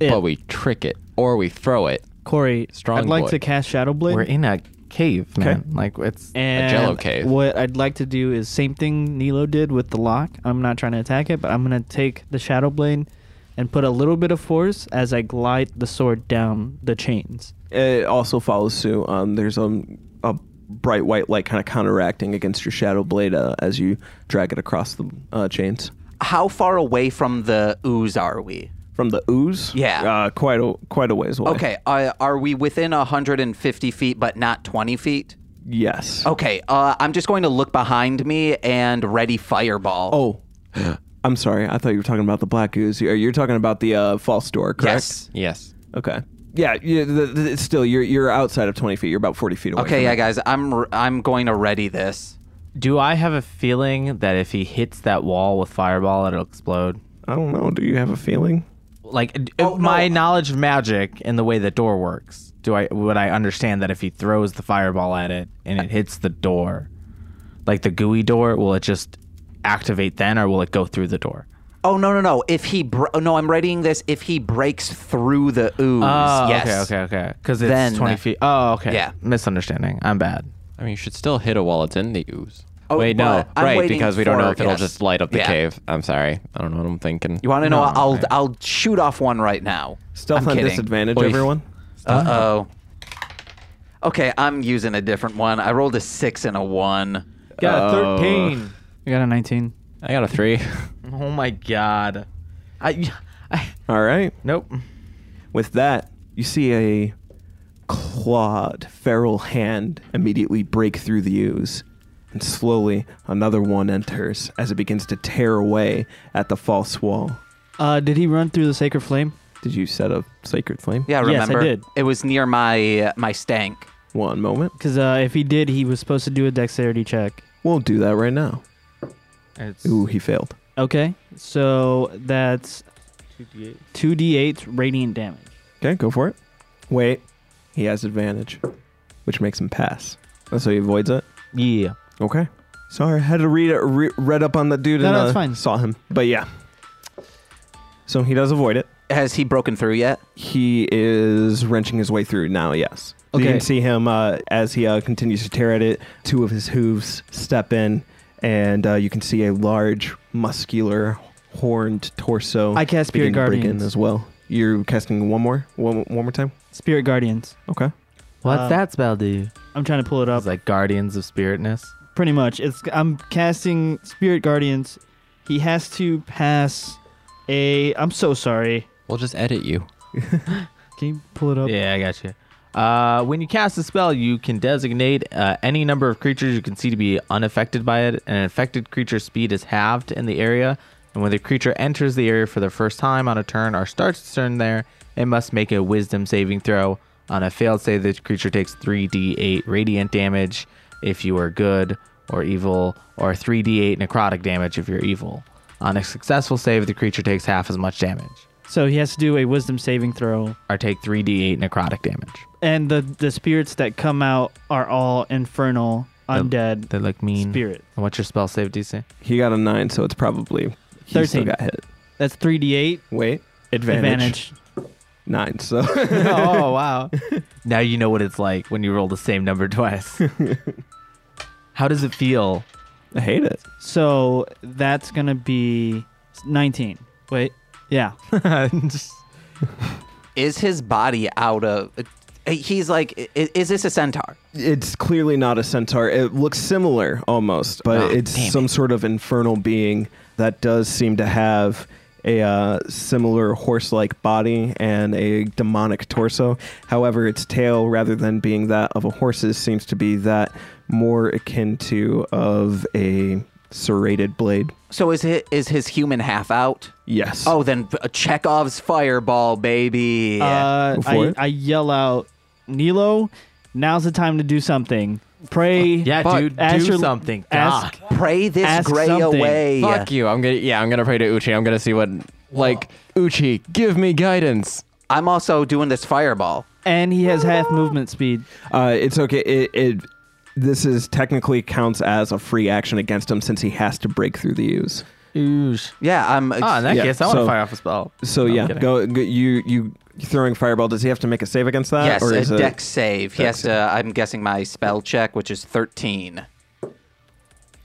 Speaker 2: Yeah.
Speaker 3: but we trick it or we throw it?
Speaker 2: Corey,
Speaker 3: Strong
Speaker 2: I'd like
Speaker 3: boy.
Speaker 2: to cast Shadow
Speaker 5: [laughs]
Speaker 2: Blade.
Speaker 5: We're in a cave, man.
Speaker 1: Okay.
Speaker 5: Like it's
Speaker 2: and
Speaker 3: Jell-O cave.
Speaker 2: What I'd like to do is same thing Nilo did with the lock. I'm not trying to attack it, but I'm gonna take the Shadow Blade and put a little bit of force as I glide the sword down the chains.
Speaker 1: It also follows suit. Um, there's a, a bright white light kind of counteracting against your shadow blade uh, as you drag it across the uh, chains.
Speaker 4: How far away from the ooze are we?
Speaker 1: From the ooze,
Speaker 4: Yeah.
Speaker 1: uh, quite a quite a ways away.
Speaker 4: Okay, uh, are we within 150 feet but not 20 feet?
Speaker 1: yes.
Speaker 4: Okay, uh, I'm just going to look behind me and ready fireball. [gasps]
Speaker 1: Oh, I'm sorry. I thought you were talking about the black ooze. You're, you're talking about the uh, false door, correct?
Speaker 4: yes.
Speaker 3: Yes.
Speaker 1: Okay. Yeah. You, the, the, it's still, you're you're outside of 20 feet. You're about 40 feet away.
Speaker 4: Okay,
Speaker 1: from
Speaker 4: yeah,
Speaker 1: it.
Speaker 4: guys, I'm r- I'm going to ready this.
Speaker 5: Do I have a feeling that if he hits that wall with fireball, it'll explode?
Speaker 1: I don't know. Do you have a feeling?
Speaker 5: Like d- uh,
Speaker 4: Oh,
Speaker 5: my
Speaker 4: no.
Speaker 5: knowledge of magic and the way the door works. Do I would I understand that if he throws the fireball at it and it hits the door, like the gooey door, will it just activate then, or will it go through the door?
Speaker 4: Oh no no no! If he br- oh, no, I'm readying this. If he breaks through the ooze,
Speaker 5: Oh,
Speaker 4: yes.
Speaker 5: okay, okay, okay. Because it's
Speaker 4: Then-
Speaker 5: twenty feet. Oh, okay.
Speaker 4: Yeah.
Speaker 5: misunderstanding. I'm bad.
Speaker 3: I mean, you should still hit it while it's in the ooze.
Speaker 4: Oh,
Speaker 3: Wait, no,
Speaker 4: but I'm
Speaker 3: right?
Speaker 4: waiting
Speaker 3: Because we don't know
Speaker 4: for-
Speaker 3: if it'll
Speaker 4: yes.
Speaker 3: just light up the
Speaker 4: Yeah.
Speaker 3: cave. I'm sorry. I don't know what I'm thinking.
Speaker 4: You want to know?
Speaker 5: No,
Speaker 4: what? I'll
Speaker 5: right.
Speaker 4: I'll shoot off one right now.
Speaker 1: Stealth
Speaker 4: I'm
Speaker 1: on
Speaker 4: kidding.
Speaker 1: disadvantage,
Speaker 3: Oy.
Speaker 1: everyone.
Speaker 4: Uh oh. Okay, I'm using a different one. I rolled a six and a one.
Speaker 5: Got
Speaker 1: Oh. 13.
Speaker 2: I got a 19.
Speaker 3: I got a three.
Speaker 5: Oh my god. I, [laughs] I
Speaker 1: All right.
Speaker 5: nope.
Speaker 1: With that, you see a clawed, feral hand immediately break through the ooze. And slowly, another one enters as it begins to tear away at the false wall.
Speaker 2: Uh, did he run through the sacred flame?
Speaker 1: Did you set a sacred flame?
Speaker 4: Yeah,
Speaker 2: Yes, I
Speaker 4: remember?
Speaker 2: did.
Speaker 4: It was near my my stank.
Speaker 1: One moment.
Speaker 2: Because uh, if he did, he was supposed to do a dexterity check.
Speaker 1: Won't do that right now.
Speaker 5: It's
Speaker 1: Ooh, he failed.
Speaker 2: Okay, so that's two d8 radiant damage.
Speaker 1: Okay, go for it. Wait. He has advantage, which makes him pass. Oh, so he avoids it?
Speaker 5: yeah.
Speaker 1: Okay. Sorry, I had to read re- read up on the dude
Speaker 2: No,
Speaker 1: and
Speaker 2: that's
Speaker 1: uh,
Speaker 2: fine.
Speaker 1: saw him. But yeah. So he does avoid it.
Speaker 4: Has he broken through yet?
Speaker 1: He is wrenching his way through now, yes. So You
Speaker 2: Okay.
Speaker 1: can see him uh, as he uh, continues to tear at it. Two of his hooves step in, and uh, you can see a large, muscular, horned torso
Speaker 2: I cast Spirit
Speaker 1: begin to break in
Speaker 2: Guardians.
Speaker 1: as well. You're casting one more? One, one more time?
Speaker 2: Spirit Guardians.
Speaker 1: Okay.
Speaker 5: What's
Speaker 2: Um,
Speaker 5: that spell do?
Speaker 2: I'm trying to pull it up.
Speaker 5: It's like Guardians of Spiritness.
Speaker 2: Pretty much, it's I'm casting Spirit Guardians. He has to pass a. I'm so sorry.
Speaker 3: We'll just edit you.
Speaker 2: Can you pull it up?
Speaker 5: Yeah, I got you. Uh, when you cast a spell, you can designate uh, any number of creatures you can see to be unaffected by it. An affected creature's speed is halved in the area, and when the creature enters the area for the first time on a turn or starts its turn there, it must make a Wisdom saving throw. On a failed save, the creature takes 3d8 radiant damage if you are good or evil, or 3d8 necrotic damage if you're evil. On a successful save, the creature takes half as much damage,
Speaker 2: So he has to do a Wisdom saving throw,
Speaker 5: or take 3d8 necrotic damage.
Speaker 2: and the the spirits that come out are all infernal, undead
Speaker 5: They look mean.
Speaker 2: spirit.
Speaker 5: And What's your spell save DC?
Speaker 1: He got a nine, so it's probably he still
Speaker 2: 13.
Speaker 1: got hit.
Speaker 2: That's three d8
Speaker 1: Wait, advantage,
Speaker 2: advantage.
Speaker 1: nine. So [laughs]
Speaker 2: [laughs]
Speaker 5: oh wow! now you know what it's like when you roll the same number
Speaker 1: [laughs]
Speaker 5: twice. How does it feel?
Speaker 1: I hate it.
Speaker 2: So that's gonna be 19. Wait,
Speaker 5: [laughs]
Speaker 2: yeah. [laughs]
Speaker 4: Is his body out of? He's like, i- i- is this a centaur?
Speaker 1: It's clearly not a centaur. It looks similar almost, but
Speaker 3: Ah,
Speaker 1: it's
Speaker 3: damn
Speaker 1: some
Speaker 3: it.
Speaker 1: sort of infernal being that does seem to have a uh, similar horse-like body and a demonic torso. However, its tail, rather than being that of a horse's, seems to be that more akin to of a serrated blade.
Speaker 4: So is his, is his human half out?
Speaker 1: Yes.
Speaker 4: Oh, then uh, Chekhov's fireball, baby.
Speaker 2: Uh,
Speaker 1: Go for
Speaker 2: I,
Speaker 1: it.
Speaker 2: I yell out, Nilo, now's the time to do something. Pray.
Speaker 5: Uh, Yeah,
Speaker 3: Fuck,
Speaker 5: dude, do
Speaker 2: ask your-
Speaker 5: something.
Speaker 2: ask-
Speaker 5: God.
Speaker 4: Pray this
Speaker 2: ask
Speaker 4: gray
Speaker 2: something.
Speaker 4: away.
Speaker 3: Fuck you. I'm gonna yeah, I'm gonna pray to Uchi. I'm gonna see what like Uchi, give me guidance.
Speaker 4: I'm also doing this fireball.
Speaker 2: And he
Speaker 1: [laughs]
Speaker 2: has half movement speed.
Speaker 1: Uh, it's okay. It, it this is technically counts as a free action against him since he has to break through the ooze.
Speaker 5: Oosh.
Speaker 4: Yeah, I'm.
Speaker 5: Oh, in that
Speaker 1: Yeah,
Speaker 5: case, I want to
Speaker 1: so-
Speaker 5: fire off a spell.
Speaker 1: So
Speaker 5: No, I'm
Speaker 1: yeah,
Speaker 5: kidding.
Speaker 1: go, go you you throwing fireball. Does he have to make a save against that?
Speaker 4: yes,
Speaker 1: or
Speaker 4: a
Speaker 1: is it-
Speaker 4: deck save. He
Speaker 1: dex
Speaker 4: has to. I'm guessing my spell check, which is 13.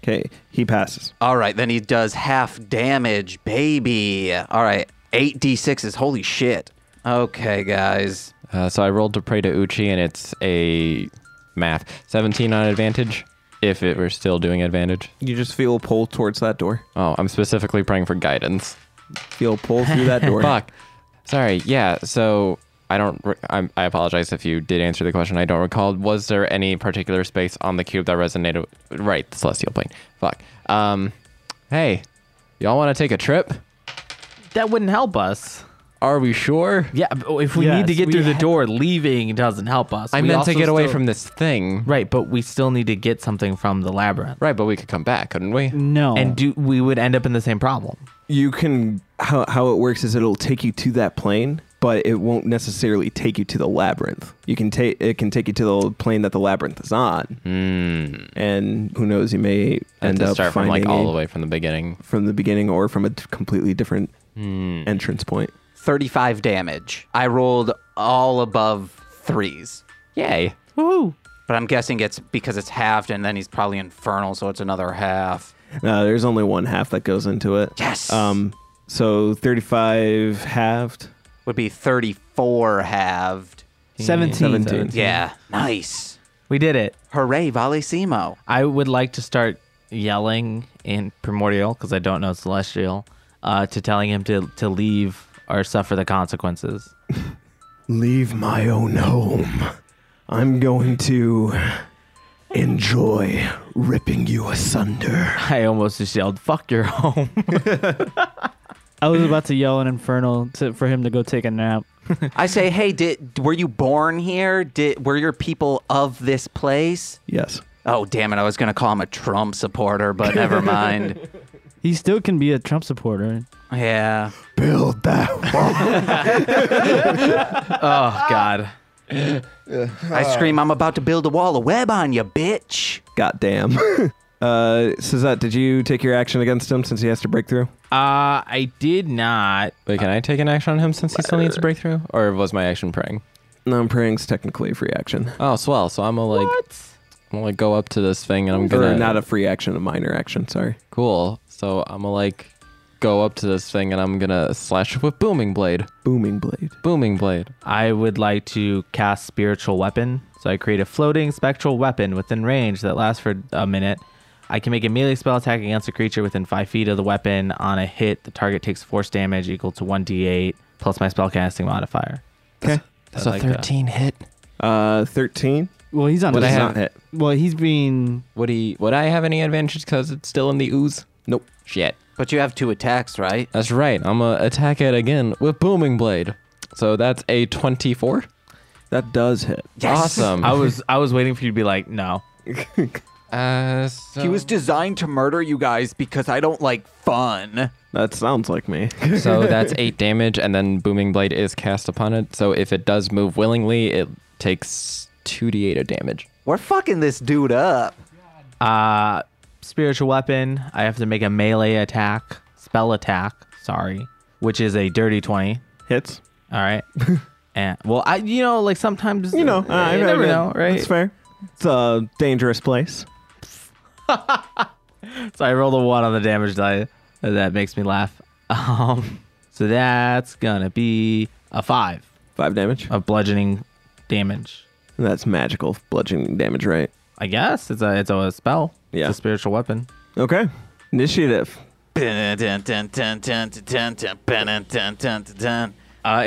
Speaker 1: Okay, he passes.
Speaker 4: All right, then he does half damage, baby. All right, eight d6s. Holy shit. Okay, guys.
Speaker 3: Uh, so I rolled to pray to Uchi and it's a math. Seventeen on advantage. If it were still doing advantage.
Speaker 1: You just feel a pull towards that door.
Speaker 3: Oh, I'm specifically praying for guidance.
Speaker 1: Feel a pull through
Speaker 3: [laughs]
Speaker 1: that door.
Speaker 3: Fuck. Sorry. Yeah. So I don't. Re- I'm, I apologize if you did answer the question. I don't recall. Was there any particular space on the cube that resonated? With, right, the celestial plane. Fuck. Um. Hey, y'all want to take a trip?
Speaker 5: That wouldn't help us.
Speaker 3: Are we sure?
Speaker 5: Yeah, but if we
Speaker 2: Yes,
Speaker 5: need to get
Speaker 2: we
Speaker 5: through the
Speaker 2: ha-
Speaker 5: door, leaving doesn't help us.
Speaker 3: I
Speaker 5: We
Speaker 3: meant to
Speaker 5: also
Speaker 3: get away
Speaker 5: still-
Speaker 3: from this thing. Right.
Speaker 5: Right, but we still need to get something from the labyrinth.
Speaker 3: but we could come back, couldn't we?
Speaker 1: Oh.
Speaker 2: No.
Speaker 5: And do we would end up in the same problem.
Speaker 1: You can how how it works is it'll take you to that plane, but it won't necessarily take you to the labyrinth. You can take it can take you to the plane that the labyrinth is on,
Speaker 3: Hmm.
Speaker 1: and who knows, you may
Speaker 3: And
Speaker 1: end
Speaker 3: to
Speaker 1: up
Speaker 3: start from
Speaker 1: finding
Speaker 3: like all
Speaker 1: a-
Speaker 3: the way from the beginning.
Speaker 1: from the beginning or from a t- completely different
Speaker 3: Hmm.
Speaker 1: entrance point.
Speaker 4: 35 damage. I rolled all above threes,
Speaker 3: Yay.
Speaker 5: Woo!
Speaker 4: but I'm guessing it's because it's halved, and then he's probably infernal, so it's another half.
Speaker 1: Uh, there's only one half that goes into it.
Speaker 4: Yes.
Speaker 1: Um, so 35 halved.
Speaker 4: Would be 34 halved.
Speaker 2: 17.
Speaker 1: Seventeen.
Speaker 4: Yeah, nice.
Speaker 5: We did it.
Speaker 4: Mhm. Hooray, Valesimo.
Speaker 5: I would like to start yelling in primordial because I don't know celestial uh, to telling him to to leave or suffer the consequences. [laughs]
Speaker 1: Leave my own home. I'm going to enjoy ripping you asunder.
Speaker 5: [laughs] I almost just yelled "fuck your home."
Speaker 2: I was about to yell an infernal to, for him to go take a nap.
Speaker 4: I say, hey, did were you born here? Did were your people of this place?
Speaker 1: Yes.
Speaker 4: Oh, damn it! I was gonna call him a Trump supporter, but [laughs] never mind.
Speaker 2: He still can be a Trump supporter.
Speaker 4: Yeah.
Speaker 1: Build that [laughs] wall.
Speaker 5: Oh God.
Speaker 4: I scream, I'm about to build a wall of web on you, bitch.
Speaker 1: Goddamn. [laughs] Uh, Suzette, did you take your action against him since he has to break through?
Speaker 5: Uh, I did not.
Speaker 3: Wait, can I take an action on him since he still needs a breakthrough? Or was my action praying?
Speaker 1: No, I'm praying's technically a free action.
Speaker 3: Oh, swell. So I'm gonna like I'm gonna like go up to this thing and I'm
Speaker 1: Or
Speaker 3: gonna
Speaker 1: not a free action, a minor action, sorry.
Speaker 3: cool. So I'm gonna like go up to this thing and I'm gonna slash it with booming blade.
Speaker 1: Booming blade.
Speaker 3: Booming blade.
Speaker 5: I would like to cast spiritual weapon. So I create a floating spectral weapon within range that lasts for a minute. I can make a melee spell attack against a creature within five feet of the weapon. On a hit, the target takes force damage equal to one d8 plus my spellcasting modifier.
Speaker 2: Okay.
Speaker 3: That's
Speaker 5: I
Speaker 3: a
Speaker 5: like that.
Speaker 3: 13 hit.
Speaker 1: Uh, 13.
Speaker 2: Well, he's on.
Speaker 1: Does
Speaker 3: Would I
Speaker 2: the-
Speaker 3: have-
Speaker 1: not hit.
Speaker 2: well, he's being.
Speaker 3: Would he would I have any advantage because it's still in the ooze?
Speaker 1: Nope.
Speaker 3: Shit.
Speaker 4: But you have two attacks, right?
Speaker 3: That's right. I'm gonna attack it again with booming blade. So that's a 24.
Speaker 1: That does hit.
Speaker 3: Awesome.
Speaker 5: I was I was waiting for you to be like, no.
Speaker 3: Uh, so,
Speaker 4: He was designed to murder you guys because I don't like fun.
Speaker 1: That sounds like me. [laughs]
Speaker 5: [laughs]
Speaker 3: so that's eight damage, and then booming blade is cast upon it. So if it does move willingly, it takes 2d8 of damage.
Speaker 4: We're fucking this dude up.
Speaker 5: Uh, spiritual weapon. I have to make a melee attack, spell attack. Sorry, which is a dirty twenty.
Speaker 1: Hits. [laughs]
Speaker 5: All right. and well, I you know like sometimes
Speaker 1: You know,
Speaker 5: uh,
Speaker 1: I
Speaker 5: you never know, right?
Speaker 1: It's fair. It's a dangerous place.
Speaker 5: [laughs] So I rolled a one on the damage die. That makes me laugh. [laughs] Um, so that's gonna be a five
Speaker 1: Five damage.
Speaker 5: of bludgeoning damage.
Speaker 1: That's magical bludgeoning damage, right?
Speaker 5: I guess it's a it's a spell.
Speaker 1: Yeah.
Speaker 5: It's a spiritual weapon.
Speaker 1: Okay. Initiative.
Speaker 5: Uh,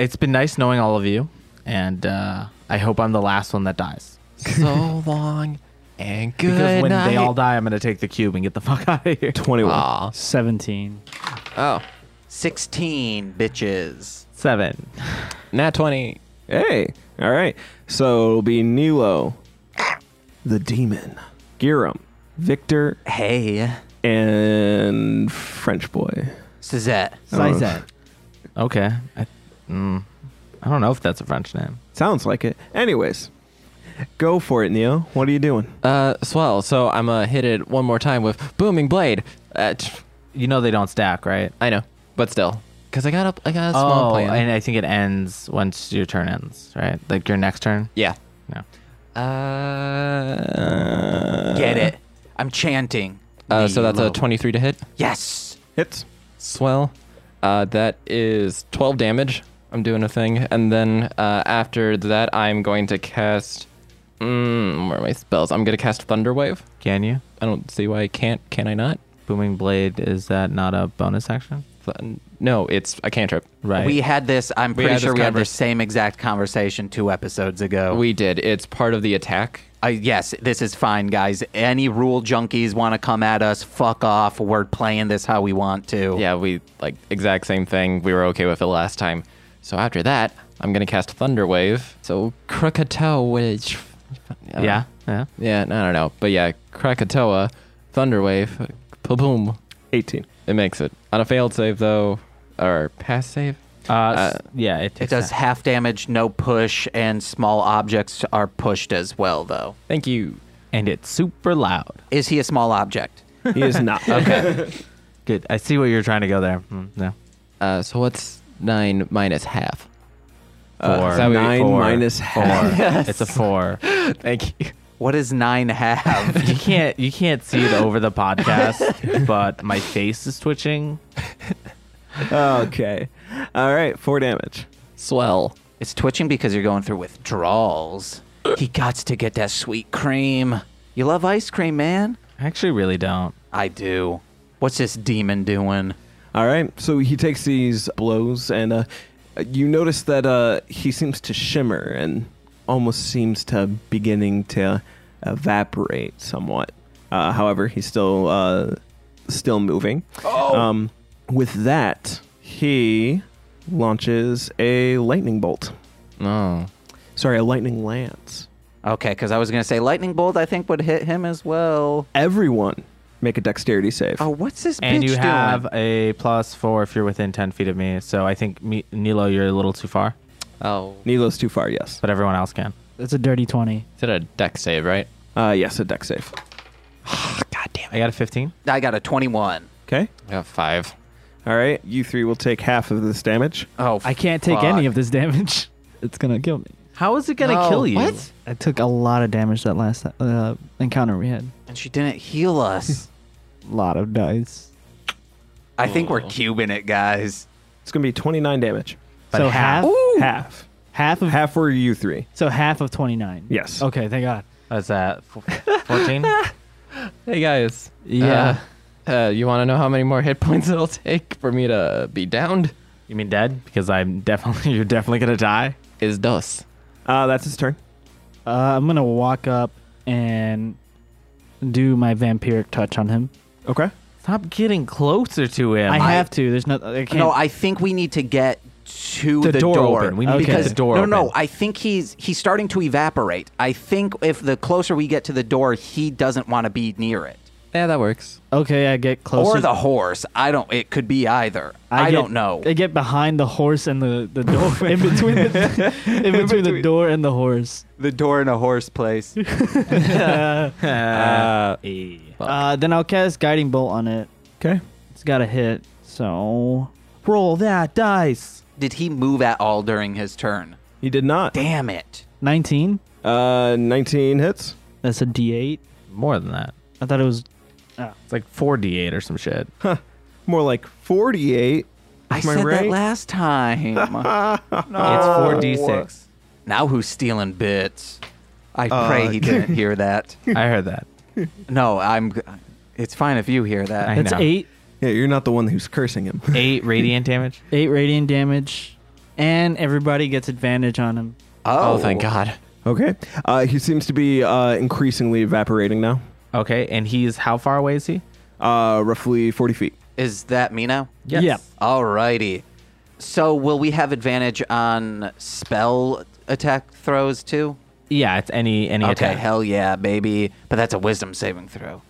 Speaker 5: it's been nice knowing all of you, and uh, I hope I'm the last one that dies.
Speaker 3: So long and good
Speaker 5: Because when
Speaker 3: night.
Speaker 5: they all die, I'm gonna take the cube and get the [laughs] fuck out of here.
Speaker 1: 21.
Speaker 3: Aw.
Speaker 2: 17.
Speaker 3: Ah, Oh,
Speaker 4: 16 bitches.
Speaker 5: Seven.
Speaker 3: nat 20.
Speaker 1: Hey. All right. So it'll be Nilo, the demon, Giram, Victor,
Speaker 4: Hey,
Speaker 1: and French boy.
Speaker 4: Suzette.
Speaker 1: Oh. Zizek.
Speaker 5: Okay. I, mm, I don't know if that's a French name.
Speaker 1: Sounds like it. Anyways, go for it, Neo. What are you doing?
Speaker 3: Uh, swell. So I'm gonna hit it one more time with booming blade. Uh, tch,
Speaker 5: You know they don't stack, right?
Speaker 3: I know, but still, cause I got a I got a small
Speaker 5: Oh,
Speaker 3: plan.
Speaker 5: and I think it ends once your turn ends, right? Like your next turn.
Speaker 3: yeah.
Speaker 5: No.
Speaker 3: Uh,
Speaker 4: Get it. I'm chanting.
Speaker 3: Uh, so that's a
Speaker 4: Nilo.
Speaker 3: 23 to hit.
Speaker 4: Yes.
Speaker 1: Hits.
Speaker 3: Swell. Uh, that is 12 damage. I'm doing a thing. And then uh, after that, I'm going to cast. Mm, where are my spells? I'm going to cast Thunder Wave.
Speaker 5: Can you?
Speaker 3: I don't see why I can't. Can I not?
Speaker 5: Booming blade is that not a bonus action?
Speaker 3: Th- no, it's a cantrip.
Speaker 5: Right.
Speaker 4: We had this. I'm
Speaker 3: We
Speaker 4: pretty
Speaker 3: had
Speaker 4: sure
Speaker 3: this
Speaker 4: we had the
Speaker 3: convers-
Speaker 4: same exact conversation two episodes ago.
Speaker 3: We did. It's part of the attack.
Speaker 4: uh, yes, this is fine, guys. Any rule junkies want to come at us? Fuck off. We're playing this how we want to.
Speaker 3: Yeah, we like exact same thing. We were okay with it last time. So after that, I'm going to cast Thunder Wave. So Krakatoa, which. Uh,
Speaker 5: yeah. Yeah.
Speaker 3: Yeah, I don't know. But yeah, Krakatoa, Thunderwave, boom.
Speaker 1: 18.
Speaker 3: It makes it. On a failed save, though, or pass save?
Speaker 5: Uh, s- yeah. It,
Speaker 4: It
Speaker 5: takes
Speaker 4: does
Speaker 5: that.
Speaker 4: half damage, no push, and small objects are pushed as well, though.
Speaker 3: Thank [laughs] you.
Speaker 5: and it's super loud.
Speaker 4: Is he a small object?
Speaker 1: He is not.
Speaker 4: Okay.
Speaker 5: Good. I see where you're trying to go there. Mm, no.
Speaker 3: Uh, so what's nine minus half?
Speaker 5: Four.
Speaker 3: is that what you-
Speaker 1: Nine
Speaker 5: Four.
Speaker 1: minus
Speaker 5: Four.
Speaker 1: half.
Speaker 5: It's a four.
Speaker 3: Thank you.
Speaker 4: what does
Speaker 5: [laughs]
Speaker 4: nine have?
Speaker 5: You can't. You can't see it over the podcast, but my face is twitching.
Speaker 1: [laughs] okay. All right. Four damage.
Speaker 3: Swell.
Speaker 4: it's twitching because you're going through withdrawals. He got to get that sweet cream. You love ice cream, man?
Speaker 5: I actually really don't.
Speaker 4: I do. What's this demon doing?
Speaker 1: All right. So he takes these blows, and uh, you notice that uh, he seems to shimmer and almost seems to beginning to evaporate somewhat. Uh, however, he's still uh, still moving. Oh. Um, with that, He launches a lightning bolt.
Speaker 3: Oh.
Speaker 1: Sorry, a lightning lance.
Speaker 4: Okay, because I was gonna say lightning bolt. I think would hit him as well.
Speaker 1: Everyone make a dexterity save.
Speaker 4: Oh, what's this
Speaker 5: and
Speaker 4: bitch
Speaker 5: you
Speaker 4: doing?
Speaker 5: have a plus four if you're within 10 feet of me. So I think, me, Nilo, you're a little too far,
Speaker 3: Oh.
Speaker 1: Nilo's too far, yes.
Speaker 5: but everyone else can.
Speaker 2: That's a dirty 20.
Speaker 3: Is it a deck save, right?
Speaker 1: Uh, yes, a dex save.
Speaker 3: God damn
Speaker 5: I got a 15.
Speaker 4: I got a twenty-one.
Speaker 1: Okay.
Speaker 3: I got five.
Speaker 1: All right. You three will take half of this damage.
Speaker 4: Oh,
Speaker 2: I can't take
Speaker 4: fuck.
Speaker 2: any of this damage. [laughs] It's going to kill me.
Speaker 5: How is it going to
Speaker 4: No,
Speaker 5: kill you?
Speaker 4: what?
Speaker 2: I took a lot of damage that last uh, encounter we had.
Speaker 4: And she didn't heal us.
Speaker 2: A lot of dice.
Speaker 4: I think we're
Speaker 3: Oh.
Speaker 4: cubing it, guys.
Speaker 1: It's going to be 29 damage.
Speaker 5: But
Speaker 2: so
Speaker 5: half-
Speaker 2: half,
Speaker 1: Ooh.
Speaker 2: half, half of
Speaker 1: Half were you three.
Speaker 2: so half of 29.
Speaker 1: Yes.
Speaker 2: Okay, thank God.
Speaker 5: That's that. 14?
Speaker 3: Hey guys.
Speaker 5: Yeah.
Speaker 3: Uh, uh, you want to know how many more hit points [laughs] it'll take for me to be downed?
Speaker 5: you mean dead? Because I'm definitely, [laughs] you're definitely going to die.
Speaker 3: Is dos.
Speaker 1: Uh, that's his turn.
Speaker 2: Uh, I'm gonna walk up and do my vampiric touch on him.
Speaker 1: Okay.
Speaker 5: Stop getting closer to him.
Speaker 2: I
Speaker 4: I-
Speaker 2: have to. There's not. I can't.
Speaker 4: No, I think we need to get to
Speaker 5: The
Speaker 4: the,
Speaker 5: door open. We need
Speaker 2: to get
Speaker 4: because
Speaker 2: the
Speaker 5: door
Speaker 4: no, no.
Speaker 5: open.
Speaker 4: I think he's he's starting to evaporate. I think if the closer we get to the door, he doesn't want to be near it.
Speaker 3: Yeah, that works.
Speaker 2: okay, I get closer.
Speaker 4: or the horse. I don't. It could be either. I,
Speaker 2: get-
Speaker 4: don't know.
Speaker 2: I get behind the horse and the,
Speaker 4: [laughs]
Speaker 2: the door in between the, in between, the door and the horse.
Speaker 4: the door in a horse place.
Speaker 5: Uh,
Speaker 2: Uh, then I'll cast guiding bolt on it.
Speaker 1: Okay.
Speaker 2: It's got a hit. So roll that dice.
Speaker 4: [laughs] Did he move at all during his turn?
Speaker 1: He did not.
Speaker 4: Damn it!
Speaker 2: 19.
Speaker 1: Uh, 19 hits.
Speaker 2: That's a D8.
Speaker 5: more than that.
Speaker 2: I thought it was.
Speaker 5: It's like 4d8 or some shit.
Speaker 1: More like 48.
Speaker 4: I
Speaker 1: Am I
Speaker 4: said that
Speaker 1: right?
Speaker 4: last time.
Speaker 5: It's 4d6.
Speaker 4: now who's stealing bits? I pray he didn't hear that.
Speaker 5: I heard that.
Speaker 4: No, I'm. It's fine if you hear that.
Speaker 5: I
Speaker 2: That's
Speaker 5: know.
Speaker 2: eight.
Speaker 1: Yeah, you're not the one who's cursing him.
Speaker 5: Eight radiant damage.
Speaker 2: Eight radiant damage, and everybody gets advantage on him.
Speaker 3: Oh, thank God.
Speaker 1: okay. Uh, he seems to be uh, increasingly evaporating now.
Speaker 5: Okay, and he's how far away is he?
Speaker 1: Uh, roughly 40 feet.
Speaker 4: Is that me now?
Speaker 5: Yes.
Speaker 2: Yeah.
Speaker 4: Alrighty. So will we have advantage on spell attack throws too?
Speaker 5: Yeah, it's any any
Speaker 4: okay,
Speaker 5: attack.
Speaker 4: hell yeah, baby. But that's a wisdom saving throw.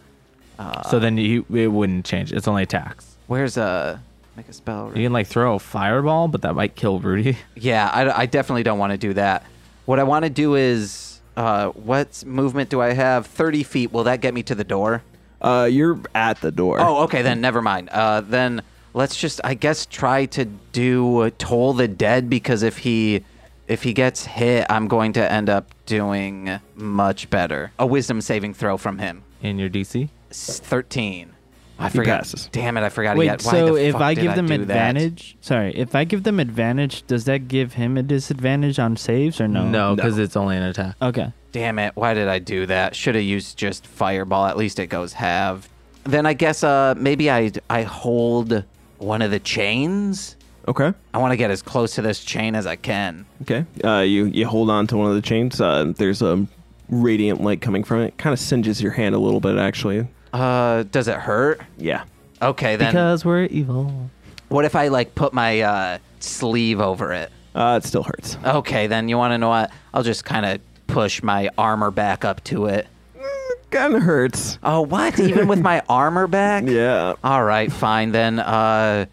Speaker 5: so then you it wouldn't change. It's only attacks.
Speaker 4: Where's a make a spell?
Speaker 5: You can like throw a fireball, but that might kill Rudy. [laughs]
Speaker 4: Yeah, I, I definitely don't want to do that. What I want to do is, uh, what movement do I have? Thirty feet. Will that get me to the door?
Speaker 1: Uh, you're at the door.
Speaker 4: Oh, okay. Then never mind. Uh, then let's just, I guess, try to do uh, toll the dead because if he, if he gets hit, I'm going to end up doing much better. A wisdom saving throw from him.
Speaker 5: In your DC.
Speaker 4: It's Thirteen. I
Speaker 1: He
Speaker 4: forgot.
Speaker 1: passes.
Speaker 4: Damn it! I forgot. he
Speaker 2: Wait,
Speaker 4: had, why
Speaker 2: so
Speaker 4: the
Speaker 2: if
Speaker 4: fuck
Speaker 2: I
Speaker 4: did
Speaker 2: give them
Speaker 4: do that?
Speaker 2: advantage, sorry, if I give them advantage, does that give him a disadvantage on saves or no?
Speaker 5: No, because it's only an attack.
Speaker 2: Okay.
Speaker 4: Damn it, why did I do that? Should have used just fireball. At least it goes halved. Then I guess uh maybe I I hold one of the chains.
Speaker 1: Okay.
Speaker 4: I want to get as close to this chain as I can.
Speaker 1: Okay. Uh, you you hold on to one of the chains. Uh, there's a radiant light coming from it. Kind of singes your hand a little bit, actually.
Speaker 4: Uh does it hurt?
Speaker 1: Yeah.
Speaker 4: Okay, then
Speaker 5: Because we're evil.
Speaker 4: what if I like put my uh sleeve over it?
Speaker 1: Uh, it still hurts.
Speaker 4: Okay, then you want to know what? I'll just kind of push my armor back up to it.
Speaker 1: Kind of hurts. [laughs]
Speaker 4: Oh, what? Even with my armor back?
Speaker 1: Yeah.
Speaker 4: All right, fine then. Uh,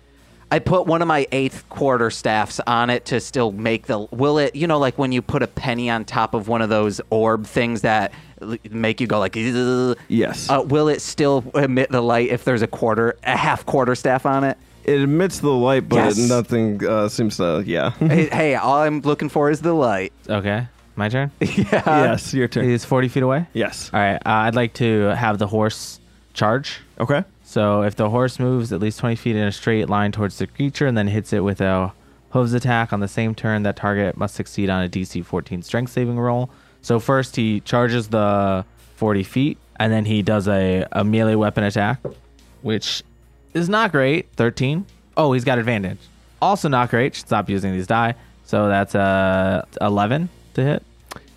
Speaker 4: I put one of my eighth quarter staffs on it to still make the. Will it? You know, like when you put a penny on top of one of those orb things that l- make you go like. "Ugh."
Speaker 1: Yes.
Speaker 4: Uh, will it still emit the light if there's a quarter, a half quarter staff on it?
Speaker 1: It emits the light, but
Speaker 4: Yes.
Speaker 1: nothing uh, seems to. Yeah.
Speaker 4: hey, hey, all I'm looking for is the light.
Speaker 5: Okay. My turn?
Speaker 1: yes. Your turn.
Speaker 5: He's forty feet away?
Speaker 1: yes.
Speaker 5: Alright. Uh, I'd like to have the horse charge.
Speaker 1: Okay.
Speaker 5: So if the horse moves at least 20 feet in a straight line towards the creature and then hits it with a hooves attack on the same turn, that target must succeed on a DC 14 strength saving roll. So first he charges the 40 feet and then he does a, a melee weapon attack, which is not great. 13. Oh, he's got advantage. Also not great. Should stop using these die. So that's uh, 11 to hit.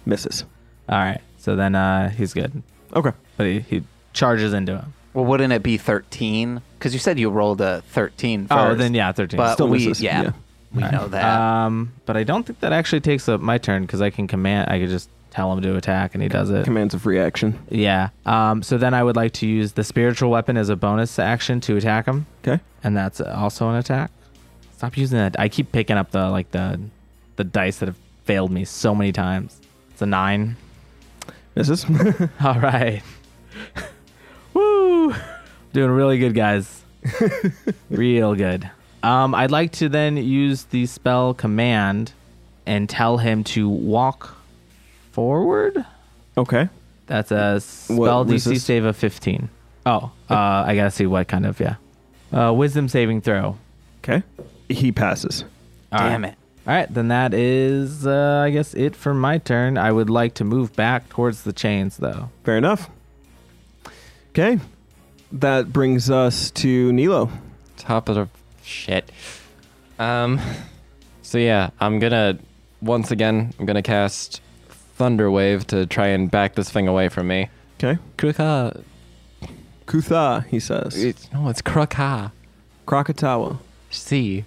Speaker 1: Misses.
Speaker 5: All right. So then uh, he's good.
Speaker 1: Okay.
Speaker 5: But he, he charges into him.
Speaker 4: Well, wouldn't it be 13? Because you said you rolled a 13
Speaker 5: Oh,
Speaker 4: first.
Speaker 5: then yeah, 13.
Speaker 4: But
Speaker 1: Still
Speaker 4: we,
Speaker 1: misses,
Speaker 4: yeah,
Speaker 1: yeah.
Speaker 4: we know that.
Speaker 5: Um, but I don't think that actually takes up my turn because I can command. I could just tell him to attack, and he does it.
Speaker 1: Commands of reaction.
Speaker 5: Yeah. Um, so then I would like to use the spiritual weapon as a bonus action to attack him,
Speaker 1: Okay.
Speaker 5: and that's also an attack. Stop using that. I keep picking up the like the the dice that have failed me so many times. It's a nine.
Speaker 1: Misses. [laughs]
Speaker 5: [laughs] All right. Woo! Doing really good,
Speaker 4: [laughs]
Speaker 5: guys. Real good. Um, I'd like to then use the spell command and tell him to walk forward.
Speaker 1: okay.
Speaker 5: That's a spell DC
Speaker 1: resist?
Speaker 5: save of 15. Oh, uh, I gotta see what kind of, yeah. Uh, wisdom saving throw.
Speaker 1: Okay. He passes.
Speaker 4: Damn it.
Speaker 5: All right, then that is, uh, I guess, it for my turn. I would like to move back towards the chains, though.
Speaker 1: Fair enough. Okay. That brings us to Nilo.
Speaker 3: Top of the shit. Um. So yeah, I'm gonna once again. I'm gonna cast Thunder Wave to try and back this thing away from me.
Speaker 1: Okay.
Speaker 3: Kruka.
Speaker 1: Kutha, he says.
Speaker 3: It's, no, it's Kruka.
Speaker 1: Krakatawa.
Speaker 3: C.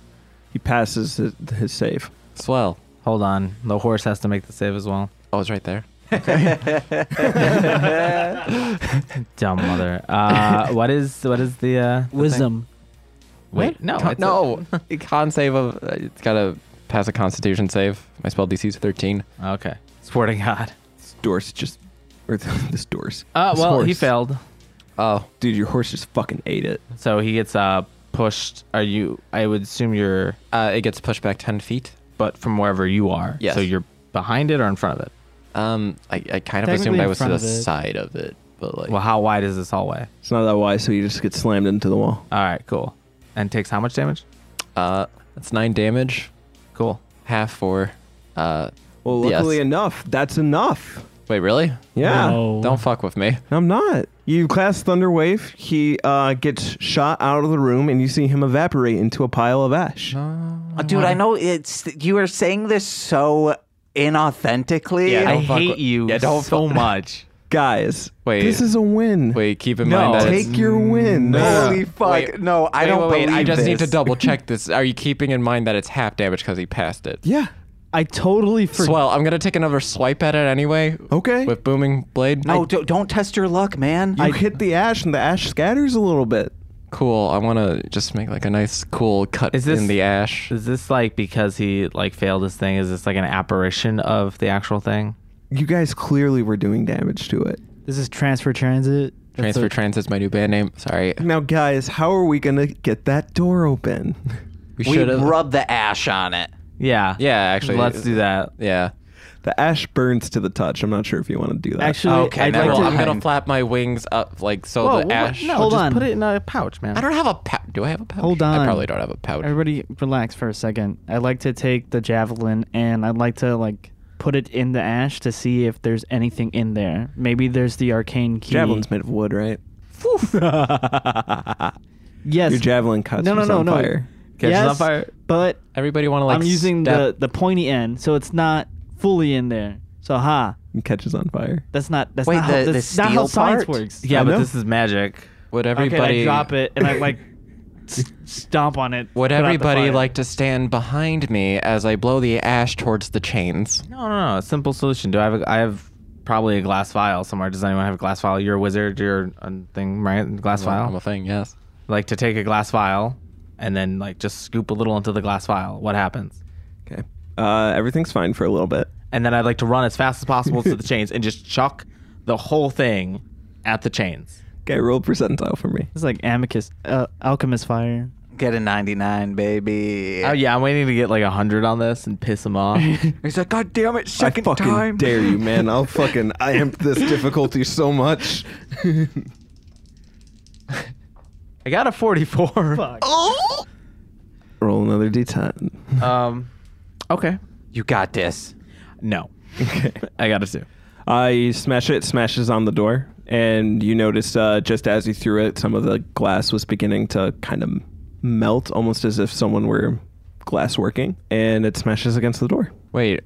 Speaker 1: He passes his, his save.
Speaker 3: Swell.
Speaker 5: Hold on. The horse has to make the save as well.
Speaker 3: Oh, it's right there.
Speaker 5: Dumb mother. Uh, what is what is the uh,
Speaker 2: Wisdom.
Speaker 5: wait? No,
Speaker 3: Con-
Speaker 5: it's
Speaker 3: no. [laughs] It con save of. uh, It's gotta pass a Constitution save. My spell DC's 13.
Speaker 5: a- okay. Swear to God.
Speaker 1: This Dorse just. Or [laughs] this Dorse.
Speaker 5: Uh,
Speaker 1: This
Speaker 5: well, he
Speaker 1: horse.
Speaker 5: failed,
Speaker 3: Oh,
Speaker 1: Dude, your horse just fucking ate it.
Speaker 5: so he gets uh pushed. Are you? I would assume you're,
Speaker 3: uh, it gets pushed back 10 feet.
Speaker 5: but from wherever you are.
Speaker 3: Yes.
Speaker 5: So you're behind it or in front of it.
Speaker 3: Um, I, I kind of
Speaker 2: Technically
Speaker 3: assumed
Speaker 2: in
Speaker 3: I was to
Speaker 2: front
Speaker 3: the
Speaker 2: of it.
Speaker 3: side of it, but like
Speaker 5: Well, how wide is this hallway?
Speaker 1: It's not that wise, so you just get slammed into the wall.
Speaker 5: All right, cool. And takes how much damage?
Speaker 3: Uh, that's nine damage,
Speaker 5: Cool.
Speaker 3: half for. Uh,
Speaker 1: Well,
Speaker 3: Yes.
Speaker 1: luckily enough, that's enough.
Speaker 3: wait, really?
Speaker 1: Yeah.
Speaker 2: No.
Speaker 3: Don't fuck with me.
Speaker 1: I'm not. You cast Thunderwave. He uh, gets shot out of the room, and you see him evaporate into a pile of ash.
Speaker 4: Uh, Dude, I know it's you are saying this so inauthentically.
Speaker 3: Yeah,
Speaker 5: I
Speaker 3: Don't fuck
Speaker 5: hate
Speaker 3: with-
Speaker 5: you
Speaker 3: Yeah, don't
Speaker 5: so
Speaker 3: fuck-
Speaker 5: much.
Speaker 1: Guys,
Speaker 3: Wait.
Speaker 1: this is a win.
Speaker 3: Wait, keep in
Speaker 5: No,
Speaker 3: mind that it's-
Speaker 1: Take your win.
Speaker 4: Holy fuck!
Speaker 3: Wait,
Speaker 4: no, I
Speaker 3: Wait,
Speaker 4: don't
Speaker 3: wait, wait,
Speaker 4: believe
Speaker 3: I just need to
Speaker 4: this.
Speaker 3: double check this. Are you keeping in mind that it's half damage because he passed it?
Speaker 1: Yeah.
Speaker 2: I totally forgot.
Speaker 3: Swell. I'm gonna take another swipe at it anyway.
Speaker 1: Okay.
Speaker 3: With booming blade.
Speaker 4: No, don't, don't test your luck, man.
Speaker 1: You hit the ash, and the ash scatters a little bit.
Speaker 3: Cool. I want to just make like a nice cool cut
Speaker 5: Is this-
Speaker 3: in the ash.
Speaker 5: Is this like because he like failed this thing? Is this like an apparition of the actual thing?
Speaker 1: You guys clearly were doing damage to it.
Speaker 2: This is transfer transit. That's
Speaker 3: Transfer
Speaker 2: a-
Speaker 3: Transit's my new band name. Sorry.
Speaker 1: Now, guys, how are we going to get that door open? [laughs]
Speaker 4: we
Speaker 3: We should have.
Speaker 4: rub the ash on it.
Speaker 5: Yeah.
Speaker 3: yeah, actually.
Speaker 5: Let's do that.
Speaker 3: Yeah.
Speaker 1: the ash burns to the touch. I'm not sure if you want to do that. Oh,
Speaker 2: Actually,
Speaker 4: Oh, Okay,
Speaker 2: I'd
Speaker 4: never
Speaker 2: like
Speaker 3: Well,
Speaker 2: to.
Speaker 4: mind.
Speaker 3: I'm gonna flap my wings up like so the ash.
Speaker 2: Hold
Speaker 5: just
Speaker 2: on.
Speaker 5: Put it in a pouch, man.
Speaker 3: I don't have a pouch. Do I have a pouch?
Speaker 2: Hold
Speaker 3: I
Speaker 2: on.
Speaker 3: probably don't have a pouch.
Speaker 2: Everybody, relax for a second. I'd like to take the javelin and I'd like to like put it in the ash to see if there's anything in there. Maybe there's the arcane key.
Speaker 1: Javelin's made of wood, right? [laughs]
Speaker 2: Yes.
Speaker 1: Your javelin cuts
Speaker 2: no, no,
Speaker 1: was
Speaker 2: no,
Speaker 1: on
Speaker 2: no.
Speaker 1: fire.
Speaker 5: Catches
Speaker 2: yes,
Speaker 5: on fire.
Speaker 2: But
Speaker 3: Everybody want to like.
Speaker 2: I'm using
Speaker 3: step-
Speaker 2: the the pointy end, so it's not fully in there. So ha,
Speaker 1: It catches on fire.
Speaker 2: that's not that's
Speaker 4: Wait,
Speaker 2: not
Speaker 4: the-
Speaker 2: how,
Speaker 4: the
Speaker 2: that's not how
Speaker 4: steel
Speaker 2: science
Speaker 4: part?
Speaker 2: works.
Speaker 5: Yeah,
Speaker 1: I
Speaker 5: but
Speaker 1: know.
Speaker 5: this is magic.
Speaker 3: Would
Speaker 2: Okay,
Speaker 3: everybody
Speaker 2: I drop it and I like s- stomp on it.
Speaker 3: Would
Speaker 2: put out the
Speaker 3: everybody
Speaker 2: fire.
Speaker 3: like to stand behind me as I blow the ash towards the chains?
Speaker 5: No, no, no. A simple solution. Do I have? A, I have probably a glass vial somewhere. Does anyone have a glass vial? You're a wizard. You're a thing, right? Glass
Speaker 3: I'm a
Speaker 5: vial.
Speaker 3: thing. Yes.
Speaker 5: like to take a glass vial and then like just scoop a little into the glass vial. What happens?
Speaker 1: Okay. Uh, everything's fine for a little bit.
Speaker 5: And then I'd like to run as fast as possible to the chains and just chuck the whole thing at the chains.
Speaker 1: Okay, roll percentile for me.
Speaker 2: It's like amicus, uh, alchemist fire.
Speaker 4: Get a 99, baby.
Speaker 5: Oh yeah, I'm waiting to get like a hundred on this and piss them off.
Speaker 4: He's like, God damn it, second
Speaker 1: I fucking
Speaker 4: time.
Speaker 1: dare you, man.
Speaker 2: [laughs]
Speaker 1: I'll fucking
Speaker 4: [laughs]
Speaker 1: I am this difficulty so much.
Speaker 5: I got a 44.
Speaker 4: Oh!
Speaker 1: Roll another d10.
Speaker 2: Uh,
Speaker 5: Um, okay.
Speaker 4: You got this.
Speaker 5: No,
Speaker 1: Okay.
Speaker 5: [laughs] I got a two.
Speaker 1: Uh, you smash it, smashes on the door, and you notice uh, just as you threw it, some of the glass was beginning to kind of melt, almost as if someone were glass working, and it smashes against the door.
Speaker 3: Wait.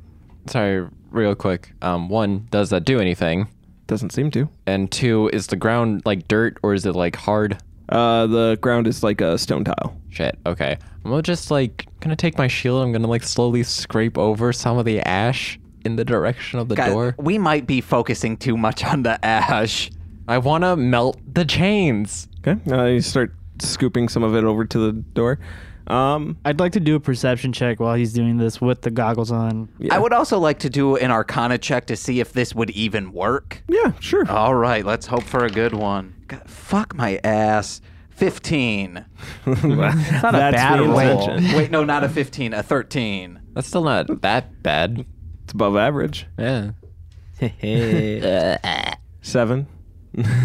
Speaker 3: Sorry, real quick. Um, one, does that do anything?
Speaker 1: Doesn't seem to.
Speaker 3: And two, is the ground like dirt or is it like hard?
Speaker 1: Uh, the ground is like a stone tile.
Speaker 3: Shit. Okay. I'm gonna just like gonna take my shield. I'm gonna like slowly scrape over some of the ash in the direction of the
Speaker 4: God,
Speaker 3: door.
Speaker 4: We might be focusing too much on the ash.
Speaker 3: I wanna melt the chains.
Speaker 1: Okay. Uh, you start scooping some of it over to the door. Um,
Speaker 2: I'd like to do a perception check while he's doing this with the goggles on.
Speaker 1: yeah.
Speaker 4: I would also like to do an arcana check to see if this would even work.
Speaker 1: Yeah, sure.
Speaker 4: All
Speaker 1: [laughs]
Speaker 4: right, let's hope for a good one. God, fuck my ass. [laughs] 15.
Speaker 1: That's
Speaker 5: not a bad
Speaker 1: the
Speaker 5: roll.
Speaker 1: intention.
Speaker 4: Wait, no, not a 15, a 13.
Speaker 3: That's still not that bad.
Speaker 1: It's above average.
Speaker 5: [laughs]
Speaker 4: [laughs]
Speaker 3: Yeah.
Speaker 1: Seven.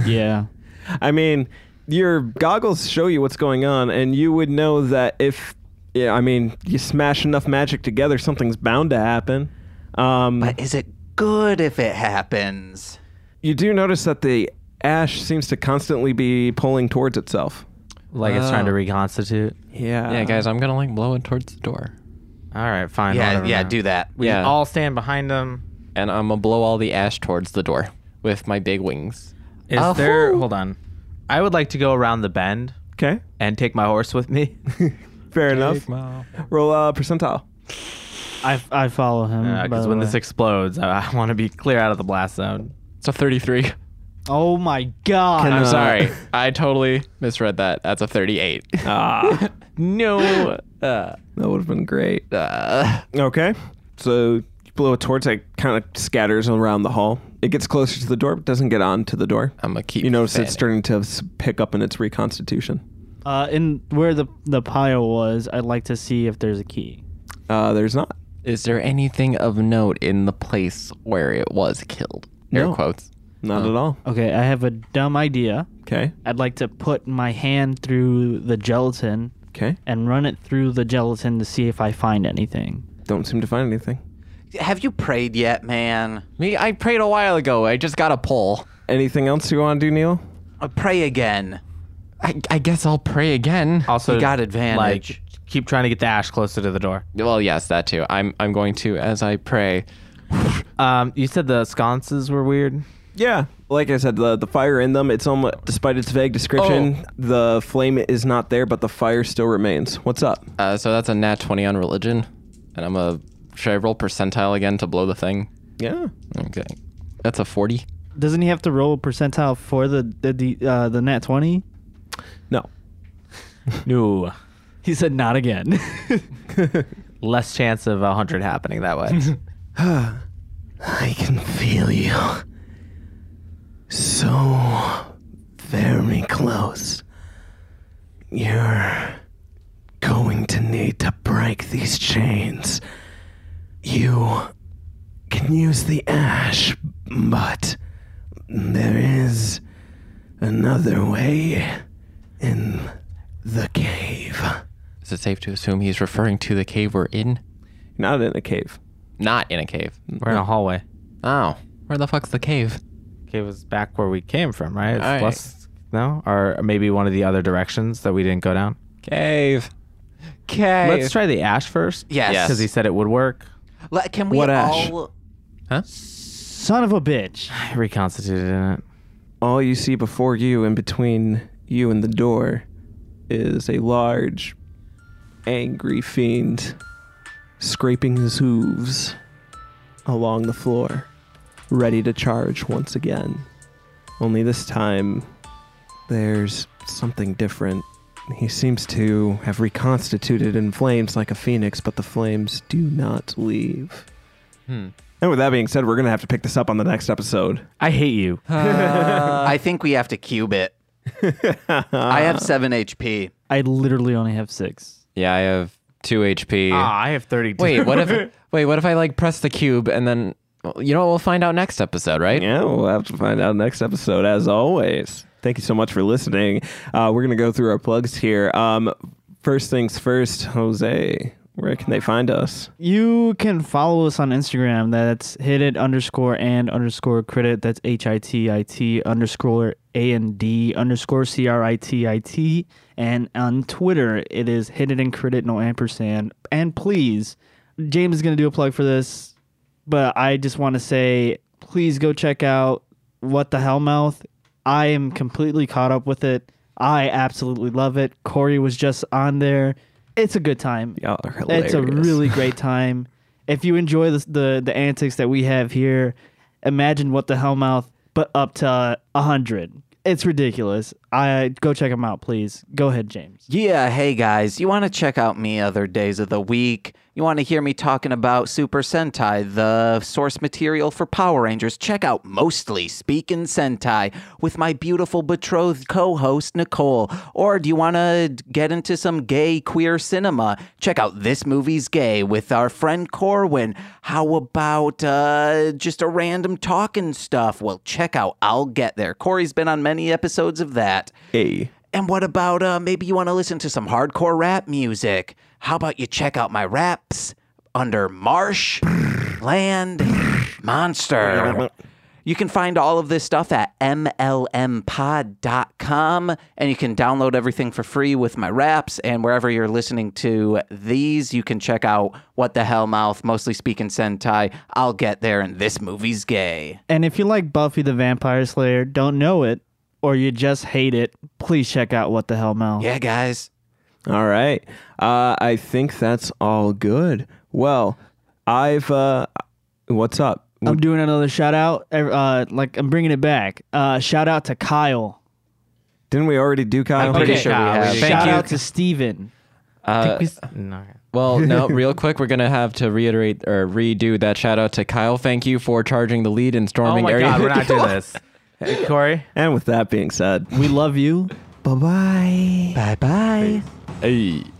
Speaker 2: Yeah.
Speaker 1: [laughs] I mean, your goggles show you what's going on, and you would know that if, yeah, I mean, you smash enough magic together, something's bound to happen. Um,
Speaker 4: But is it good if it happens?
Speaker 1: you do notice that the ash seems to constantly be pulling towards itself.
Speaker 5: like it's trying to
Speaker 3: Oh.
Speaker 5: reconstitute.
Speaker 1: Yeah.
Speaker 3: yeah, guys. I'm gonna like blow it towards the door,
Speaker 5: Oh. All right, fine.
Speaker 4: Yeah,
Speaker 5: whatever,
Speaker 4: yeah,
Speaker 5: man.
Speaker 4: do that.
Speaker 5: We
Speaker 3: Yeah.
Speaker 5: all stand behind him.
Speaker 3: and I'm gonna blow all the ash towards the door with my big wings.
Speaker 5: Is
Speaker 4: Oh.
Speaker 5: there? Hold on. I would like to go around the bend
Speaker 3: [laughs]
Speaker 1: Okay.
Speaker 5: and take my horse with
Speaker 4: [laughs]
Speaker 5: me.
Speaker 1: Fair enough. Roll a percentile.
Speaker 2: I, I follow him. by
Speaker 5: Because Uh,
Speaker 2: the
Speaker 5: when
Speaker 2: way.
Speaker 5: this explodes, I, I want to be clear out of the blast zone.
Speaker 3: It's a 33.
Speaker 2: oh my god.
Speaker 1: Can
Speaker 3: I'm
Speaker 1: Uh,
Speaker 3: [laughs] sorry. I totally misread that. That's a 38.
Speaker 1: Ah,
Speaker 3: [laughs] no. Uh,
Speaker 1: that would have been great.
Speaker 3: uh,
Speaker 1: Okay. So you blow it towards it, kind of scatters around the hall. It gets closer to the door, but doesn't get on to the door.
Speaker 3: I'm gonna keep.
Speaker 1: you notice it's starting
Speaker 3: fanning.
Speaker 1: to s- pick up in its reconstitution.
Speaker 2: Uh, in where the the pile was, I'd like to see if there's a key.
Speaker 1: Uh, there's not.
Speaker 3: Is there anything of note in the place where it was killed? Air
Speaker 1: No.
Speaker 3: quotes.
Speaker 1: Not
Speaker 3: Oh.
Speaker 1: at all.
Speaker 2: Okay, I have a dumb idea.
Speaker 1: Okay.
Speaker 2: I'd like to put my hand through the gelatin
Speaker 1: Okay.
Speaker 2: and run it through the gelatin to see if I find anything.
Speaker 1: Don't seem to find anything.
Speaker 4: Have you prayed yet, man?
Speaker 3: Me, I prayed a while ago. I just got a pull.
Speaker 1: Anything else you want to do, Neil?
Speaker 4: Uh, pray again.
Speaker 3: I, I guess I'll pray again.
Speaker 5: Also,
Speaker 4: You got advantage.
Speaker 5: Like, keep trying to get the ash closer to the door.
Speaker 3: well, yes, that too. I'm I'm going to as I pray. [sighs]
Speaker 5: Um, you said the sconces were weird.
Speaker 1: Yeah. Like I said, the, the fire in them, it's almost, despite its vague
Speaker 3: Oh.
Speaker 1: description, the flame is not there, but the fire still remains. What's up?
Speaker 3: Uh, so that's a nat twenty on religion, and I'm a should I roll percentile again to blow the thing?
Speaker 1: Yeah.
Speaker 3: Okay, that's a forty.
Speaker 2: Doesn't he have to roll a percentile for the the the, uh, the nat twenty?
Speaker 1: No.
Speaker 5: No,
Speaker 2: He said not again. [laughs]
Speaker 5: less chance of a hundred happening that
Speaker 4: [laughs]
Speaker 5: way.
Speaker 1: I can feel you. So very close. You're going to need to break these chains. You can use the ash, but there is another way in the cave.
Speaker 3: Is it safe to assume he's referring to the cave we're in?
Speaker 1: Not in a cave.
Speaker 3: Not in a cave.
Speaker 5: we're in a hallway.
Speaker 3: Oh, where the fuck's the cave?
Speaker 5: Cave was back where we came from, right? It's
Speaker 3: All right.
Speaker 5: less- no, or maybe one of the other directions that we didn't go down.
Speaker 3: Cave. Cave.
Speaker 5: Let's try the ash first.
Speaker 4: Yes.
Speaker 5: because he said it would work. [sighs]
Speaker 4: Le- can we
Speaker 1: What ash?
Speaker 4: all
Speaker 3: Huh?
Speaker 2: Son of a bitch.
Speaker 5: I reconstituted in it.
Speaker 1: all you see before you and between you and the door is a large, angry fiend scraping his hooves along the floor, ready to charge once again. Only this time, there's something different. He seems to have reconstituted in flames like a phoenix, but the flames do not leave.
Speaker 3: Hmm.
Speaker 1: And with that being said, we're going to have to pick this up on the next [laughs] episode.
Speaker 5: I hate you.
Speaker 4: uh,
Speaker 1: [laughs]
Speaker 4: I think we have to cube it. I
Speaker 1: Uh.
Speaker 4: have 7 HP.
Speaker 2: I literally only have six.
Speaker 3: Yeah, I have two HP.
Speaker 5: Ah, I have thirty-two. [laughs]
Speaker 3: Wait, what if wait, what if I like press the cube and then well, you know what we'll find out next episode, right?
Speaker 1: Yeah, we'll have to find out next episode, as always. Thank you so much for listening. Uh, we're going to go through our plugs here. Um, first things first, Jose, where can they find us?
Speaker 2: You can follow us on Instagram. That's hit it underscore and underscore credit. That's H I T I T underscore A N D underscore C R I T I T. And on Twitter, it is hit it and credit, no ampersand. And please, James is going to do a plug for this, but I just want to say please go check out what the hell mouth. I am completely caught up with it. I absolutely love it. Corey was just on there. It's a good time.
Speaker 1: Y'all are
Speaker 2: It's a
Speaker 1: hilarious. [laughs]
Speaker 2: really great time. If you enjoy the, the the antics that we have here, imagine what the Hellmouth, but up to a hundred. It's ridiculous. I go check them out, please. Go ahead, James.
Speaker 4: Yeah, hey guys, you want to check out me other days of the week? You want to hear me talking about Super Sentai, the source material for Power Rangers? Check out Mostly Speaking Sentai with my beautiful betrothed co host, Nicole. Or do you want to get into some gay queer cinema? Check out This Movie's Gay with our friend Corwin. How about uh, just a random talking stuff? Well, check out I'll Get There. Corey's been on many episodes of that.
Speaker 1: Hey.
Speaker 4: And what about uh, maybe you want to listen to some hardcore rap music? How about you check out my raps under Marsh, Land, Monster? You can find all of this stuff at mlmpod.com and you can download everything for free with my raps. And wherever you're listening to these, you can check out What the Hell Mouth, Mostly Speaking Sentai, I'll Get There, and This Movie's Gay.
Speaker 2: And if you like Buffy the Vampire Slayer, don't know it, or you just hate it, please check out What the Hell Mouth.
Speaker 4: Yeah, guys.
Speaker 1: All right. Uh, I think that's all good. Well, I've. Uh, what's up?
Speaker 2: I'm doing another shout out. Uh, like I'm bringing it back. Uh, shout out to Kyle.
Speaker 1: Didn't we already do Kyle?
Speaker 4: I'm pretty
Speaker 5: Okay.
Speaker 4: sure we
Speaker 5: Yeah, we
Speaker 4: have.
Speaker 5: did.
Speaker 2: shout
Speaker 5: you.
Speaker 2: out to Steven.
Speaker 3: Uh,
Speaker 5: we s- no. [laughs]
Speaker 3: Well, no, real quick, we're gonna have to reiterate or redo that shout out to Kyle. Thank you for charging the lead and
Speaker 5: Oh
Speaker 3: storming
Speaker 5: my
Speaker 3: area.
Speaker 5: god, we're not doing this. Hey, Corey,
Speaker 1: And with that being said,
Speaker 2: We love you.
Speaker 1: bye bye.
Speaker 4: Bye bye.
Speaker 3: Hey.